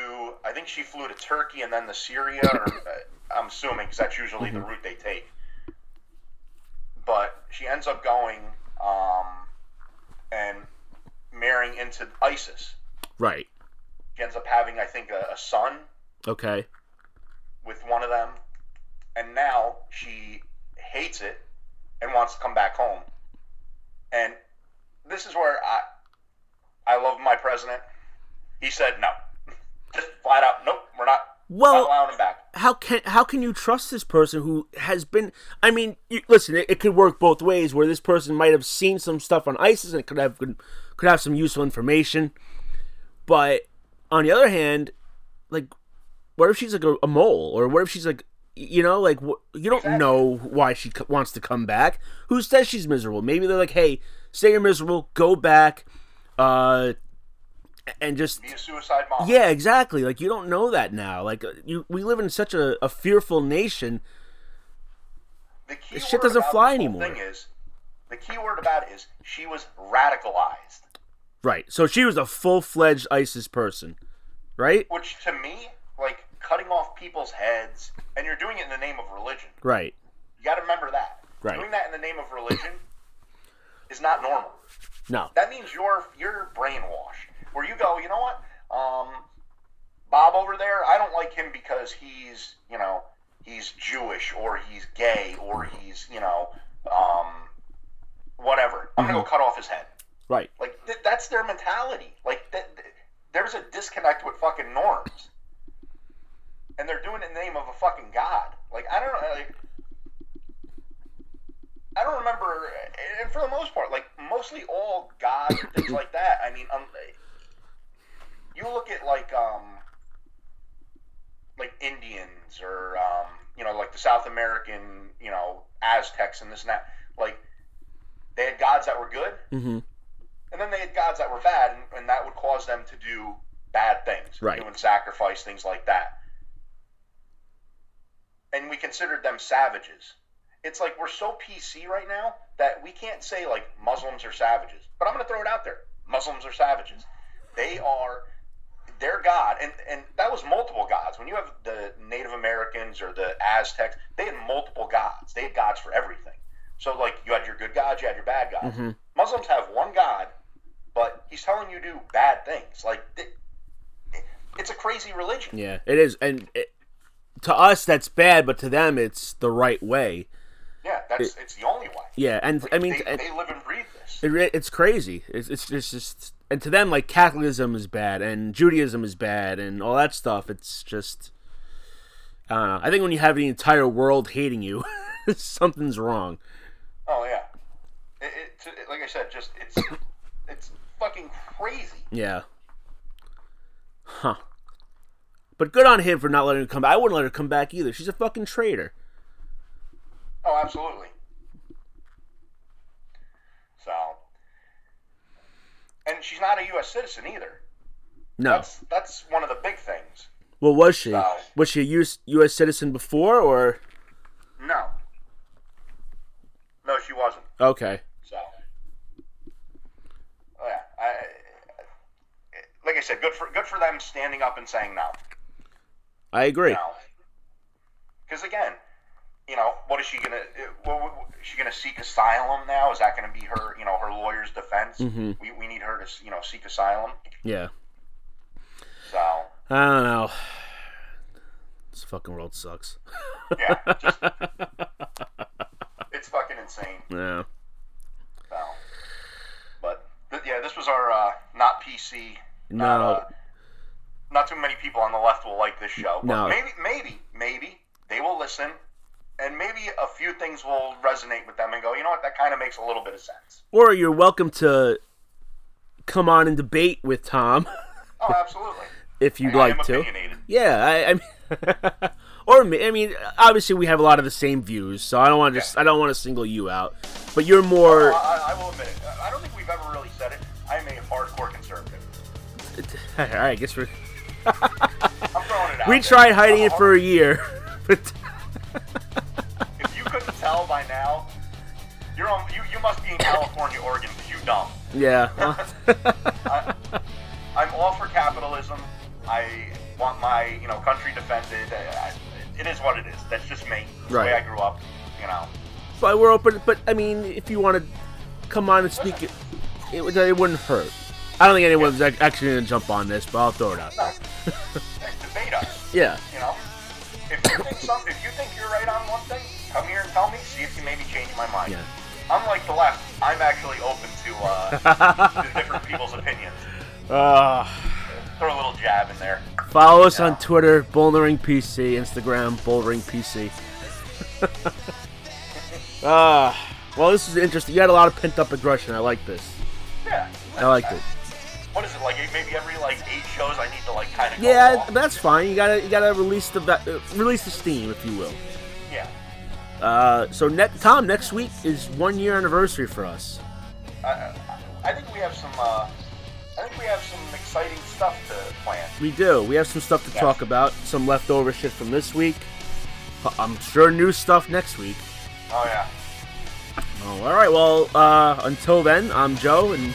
Speaker 2: I think she flew to Turkey and then to Syria. Or, uh, I'm assuming because that's usually the route they take. But she ends up going um, and marrying into ISIS.
Speaker 1: Right.
Speaker 2: She ends up having, I think, a, a son
Speaker 1: Okay.
Speaker 2: with one of them, and now she hates it and wants to come back home. And this is where I I love my president. He said no, just flat out, nope, we're not, not
Speaker 1: Well,
Speaker 2: allowing him back.
Speaker 1: how can how can you trust this person who has been? I mean, you, listen, it, it could work both ways. Where this person might have seen some stuff on ISIS and could have could, could have some useful information, but on the other hand, like, what if she's like a, a mole, or what if she's like, you know, like wh- you don't know why she co- wants to come back. Who says she's miserable? Maybe they're like, hey, say you're miserable, go back, uh, and just
Speaker 2: Be a suicide mom.
Speaker 1: yeah, exactly. Like you don't know that now. Like uh, you, we live in such a, a fearful nation.
Speaker 2: the key
Speaker 1: this shit
Speaker 2: word
Speaker 1: doesn't
Speaker 2: about
Speaker 1: fly
Speaker 2: this whole
Speaker 1: anymore.
Speaker 2: Thing is, the key word about it is she was radicalized,
Speaker 1: Right. So she was a full fledged ISIS person, right?
Speaker 2: which to me, like cutting off people's heads, and you're doing it in the name of religion.
Speaker 1: Right.
Speaker 2: You got to remember that.
Speaker 1: Right.
Speaker 2: Doing that in the name of religion is not normal.
Speaker 1: No.
Speaker 2: That means you're you're brainwashed. Where you go, you know what? Um, Bob over there, I don't like him because he's you know he's Jewish or he's gay or he's you know um, whatever. I'm gonna go cut off his head.
Speaker 1: Right.
Speaker 2: Like th- that's their mentality. Like th- th- there's a disconnect with fucking norms, and they're doing it in the name of a fucking god. Like I don't know. Like, I don't remember, and for the most part, like mostly all gods and things like that. I mean, um, you look at like um, like Indians or um, you know, like the South American, you know, Aztecs and this and that. Like they had gods that were good,
Speaker 1: Mm-hmm.
Speaker 2: and then they had gods that were bad, and, and that would cause them to do bad things,
Speaker 1: Right.
Speaker 2: doing sacrifice, things like that. And we considered them savages. It's like we're so PC right now that we can't say like Muslims are savages. But I'm going to throw it out there: Muslims are savages. They are their god, and and that was multiple gods. When you have the Native Americans or the Aztecs, they had multiple gods. They had gods for everything. So like you had your good gods, you had your bad gods.
Speaker 1: Mm-hmm.
Speaker 2: Muslims have one God, but he's telling you to do bad things. Like, th- it's a crazy religion.
Speaker 1: Yeah. It is, and it, to us that's bad, but to them it's the right way.
Speaker 2: Yeah, that's it's the only way.
Speaker 1: Yeah. And I mean,
Speaker 2: they,
Speaker 1: and-
Speaker 2: they live and breathe this.
Speaker 1: It, re- it's crazy. It's, it's just, just and to them like Catholicism is bad and Judaism is bad and all that stuff. It's just I don't know. I think when you have the entire world hating you, something's wrong.
Speaker 2: Oh yeah, it, it, it- like I said, just it's it's fucking crazy.
Speaker 1: Yeah. Huh. But good on him for not letting her come back. I wouldn't let her come back either. She's a fucking traitor.
Speaker 2: Oh, absolutely. So, and she's not a U.S. citizen either.
Speaker 1: No.
Speaker 2: That's that's one of the big things.
Speaker 1: Well, was she?
Speaker 2: No.
Speaker 1: Was she a US, U.S. citizen before or?
Speaker 2: No, no, she wasn't.
Speaker 1: Okay.
Speaker 2: So, oh, yeah, I, like I said, good for good for them standing up and saying no,
Speaker 1: I agree.
Speaker 2: no, because again, you know, what is she gonna? eh, What, what, what- is she gonna seek asylum now? Is that gonna be her? You know, her lawyer's defense.
Speaker 1: Mhm.
Speaker 2: We, we need her to you know seek asylum.
Speaker 1: Yeah.
Speaker 2: So
Speaker 1: I don't know. This fucking world sucks.
Speaker 2: yeah, just, it's fucking insane.
Speaker 1: Yeah.
Speaker 2: So, but th- yeah, this was our uh, not PC. Not,
Speaker 1: No.
Speaker 2: uh, not too many people on the left will like this show. But
Speaker 1: No.
Speaker 2: Maybe, maybe, maybe they will listen, and maybe a few things will resonate with them and go, you know what, that kind of makes a little bit of sense.
Speaker 1: Or you're welcome to come on and debate with Tom
Speaker 2: Oh, absolutely.
Speaker 1: if you'd
Speaker 2: I am
Speaker 1: like to.
Speaker 2: opinionated.
Speaker 1: Yeah, I, I mean, or me- I mean, obviously we have a lot of the same views, so I don't want to just I don't want to single you out. But you're
Speaker 2: I,
Speaker 1: more
Speaker 2: I, I will admit it. I- I don't think we've ever really said it. I'm a hardcore conservative.
Speaker 1: all right. I guess we
Speaker 2: I'm throwing it out.
Speaker 1: we
Speaker 2: there.
Speaker 1: tried hiding
Speaker 2: I'm
Speaker 1: it
Speaker 2: a
Speaker 1: for a year, but
Speaker 2: hard- If you couldn't tell by now, you're on, you, you must be in California, Oregon. 'cause You dumb.
Speaker 1: yeah, well,
Speaker 2: I'm all for capitalism. I want my you know country defended. I, I, it is what it is. That's just me. It's The way
Speaker 1: Right.
Speaker 2: I grew up. You know.
Speaker 1: but we're open. But I mean, if you want to come on and speak, it, it, would- it wouldn't hurt. I don't think anyone's ac- actually gonna jump on this, but I'll throw it out
Speaker 2: No.
Speaker 1: there.
Speaker 2: Like, debate us.
Speaker 1: Yeah,
Speaker 2: You know. If you think some, if you think you're right on one thing, come here and tell me. See if you maybe change my mind.
Speaker 1: yeah.
Speaker 2: Unlike the left, I'm actually open to uh, to different people's opinions.
Speaker 1: Uh,
Speaker 2: Throw a little jab in there.
Speaker 1: follow us
Speaker 2: Yeah.
Speaker 1: on Twitter, Bullring PC, Instagram, Bullring PC. uh, well, this is interesting. You had a lot of pent up aggression. I like this.
Speaker 2: Yeah.
Speaker 1: I liked it.
Speaker 2: What is it like? Maybe every like eight shows, I need to like kind of.
Speaker 1: Yeah, that's fine. You gotta you gotta release the va- uh, release the steam, if you will.
Speaker 2: Yeah.
Speaker 1: Uh, so ne- Tom, next week is one year anniversary for us.
Speaker 2: I, I- I think we have some. Uh, I think we have some exciting stuff to plan.
Speaker 1: We do. We have some stuff to
Speaker 2: Yeah.
Speaker 1: talk about. Some leftover shit from this week. Uh, I'm sure new stuff next week.
Speaker 2: Oh yeah,
Speaker 1: Oh, all right. Well, uh, until then, I'm Joe, and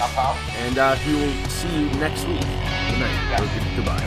Speaker 2: I'm Tom.
Speaker 1: and uh, we will see you next week. Good night. Or good- goodbye.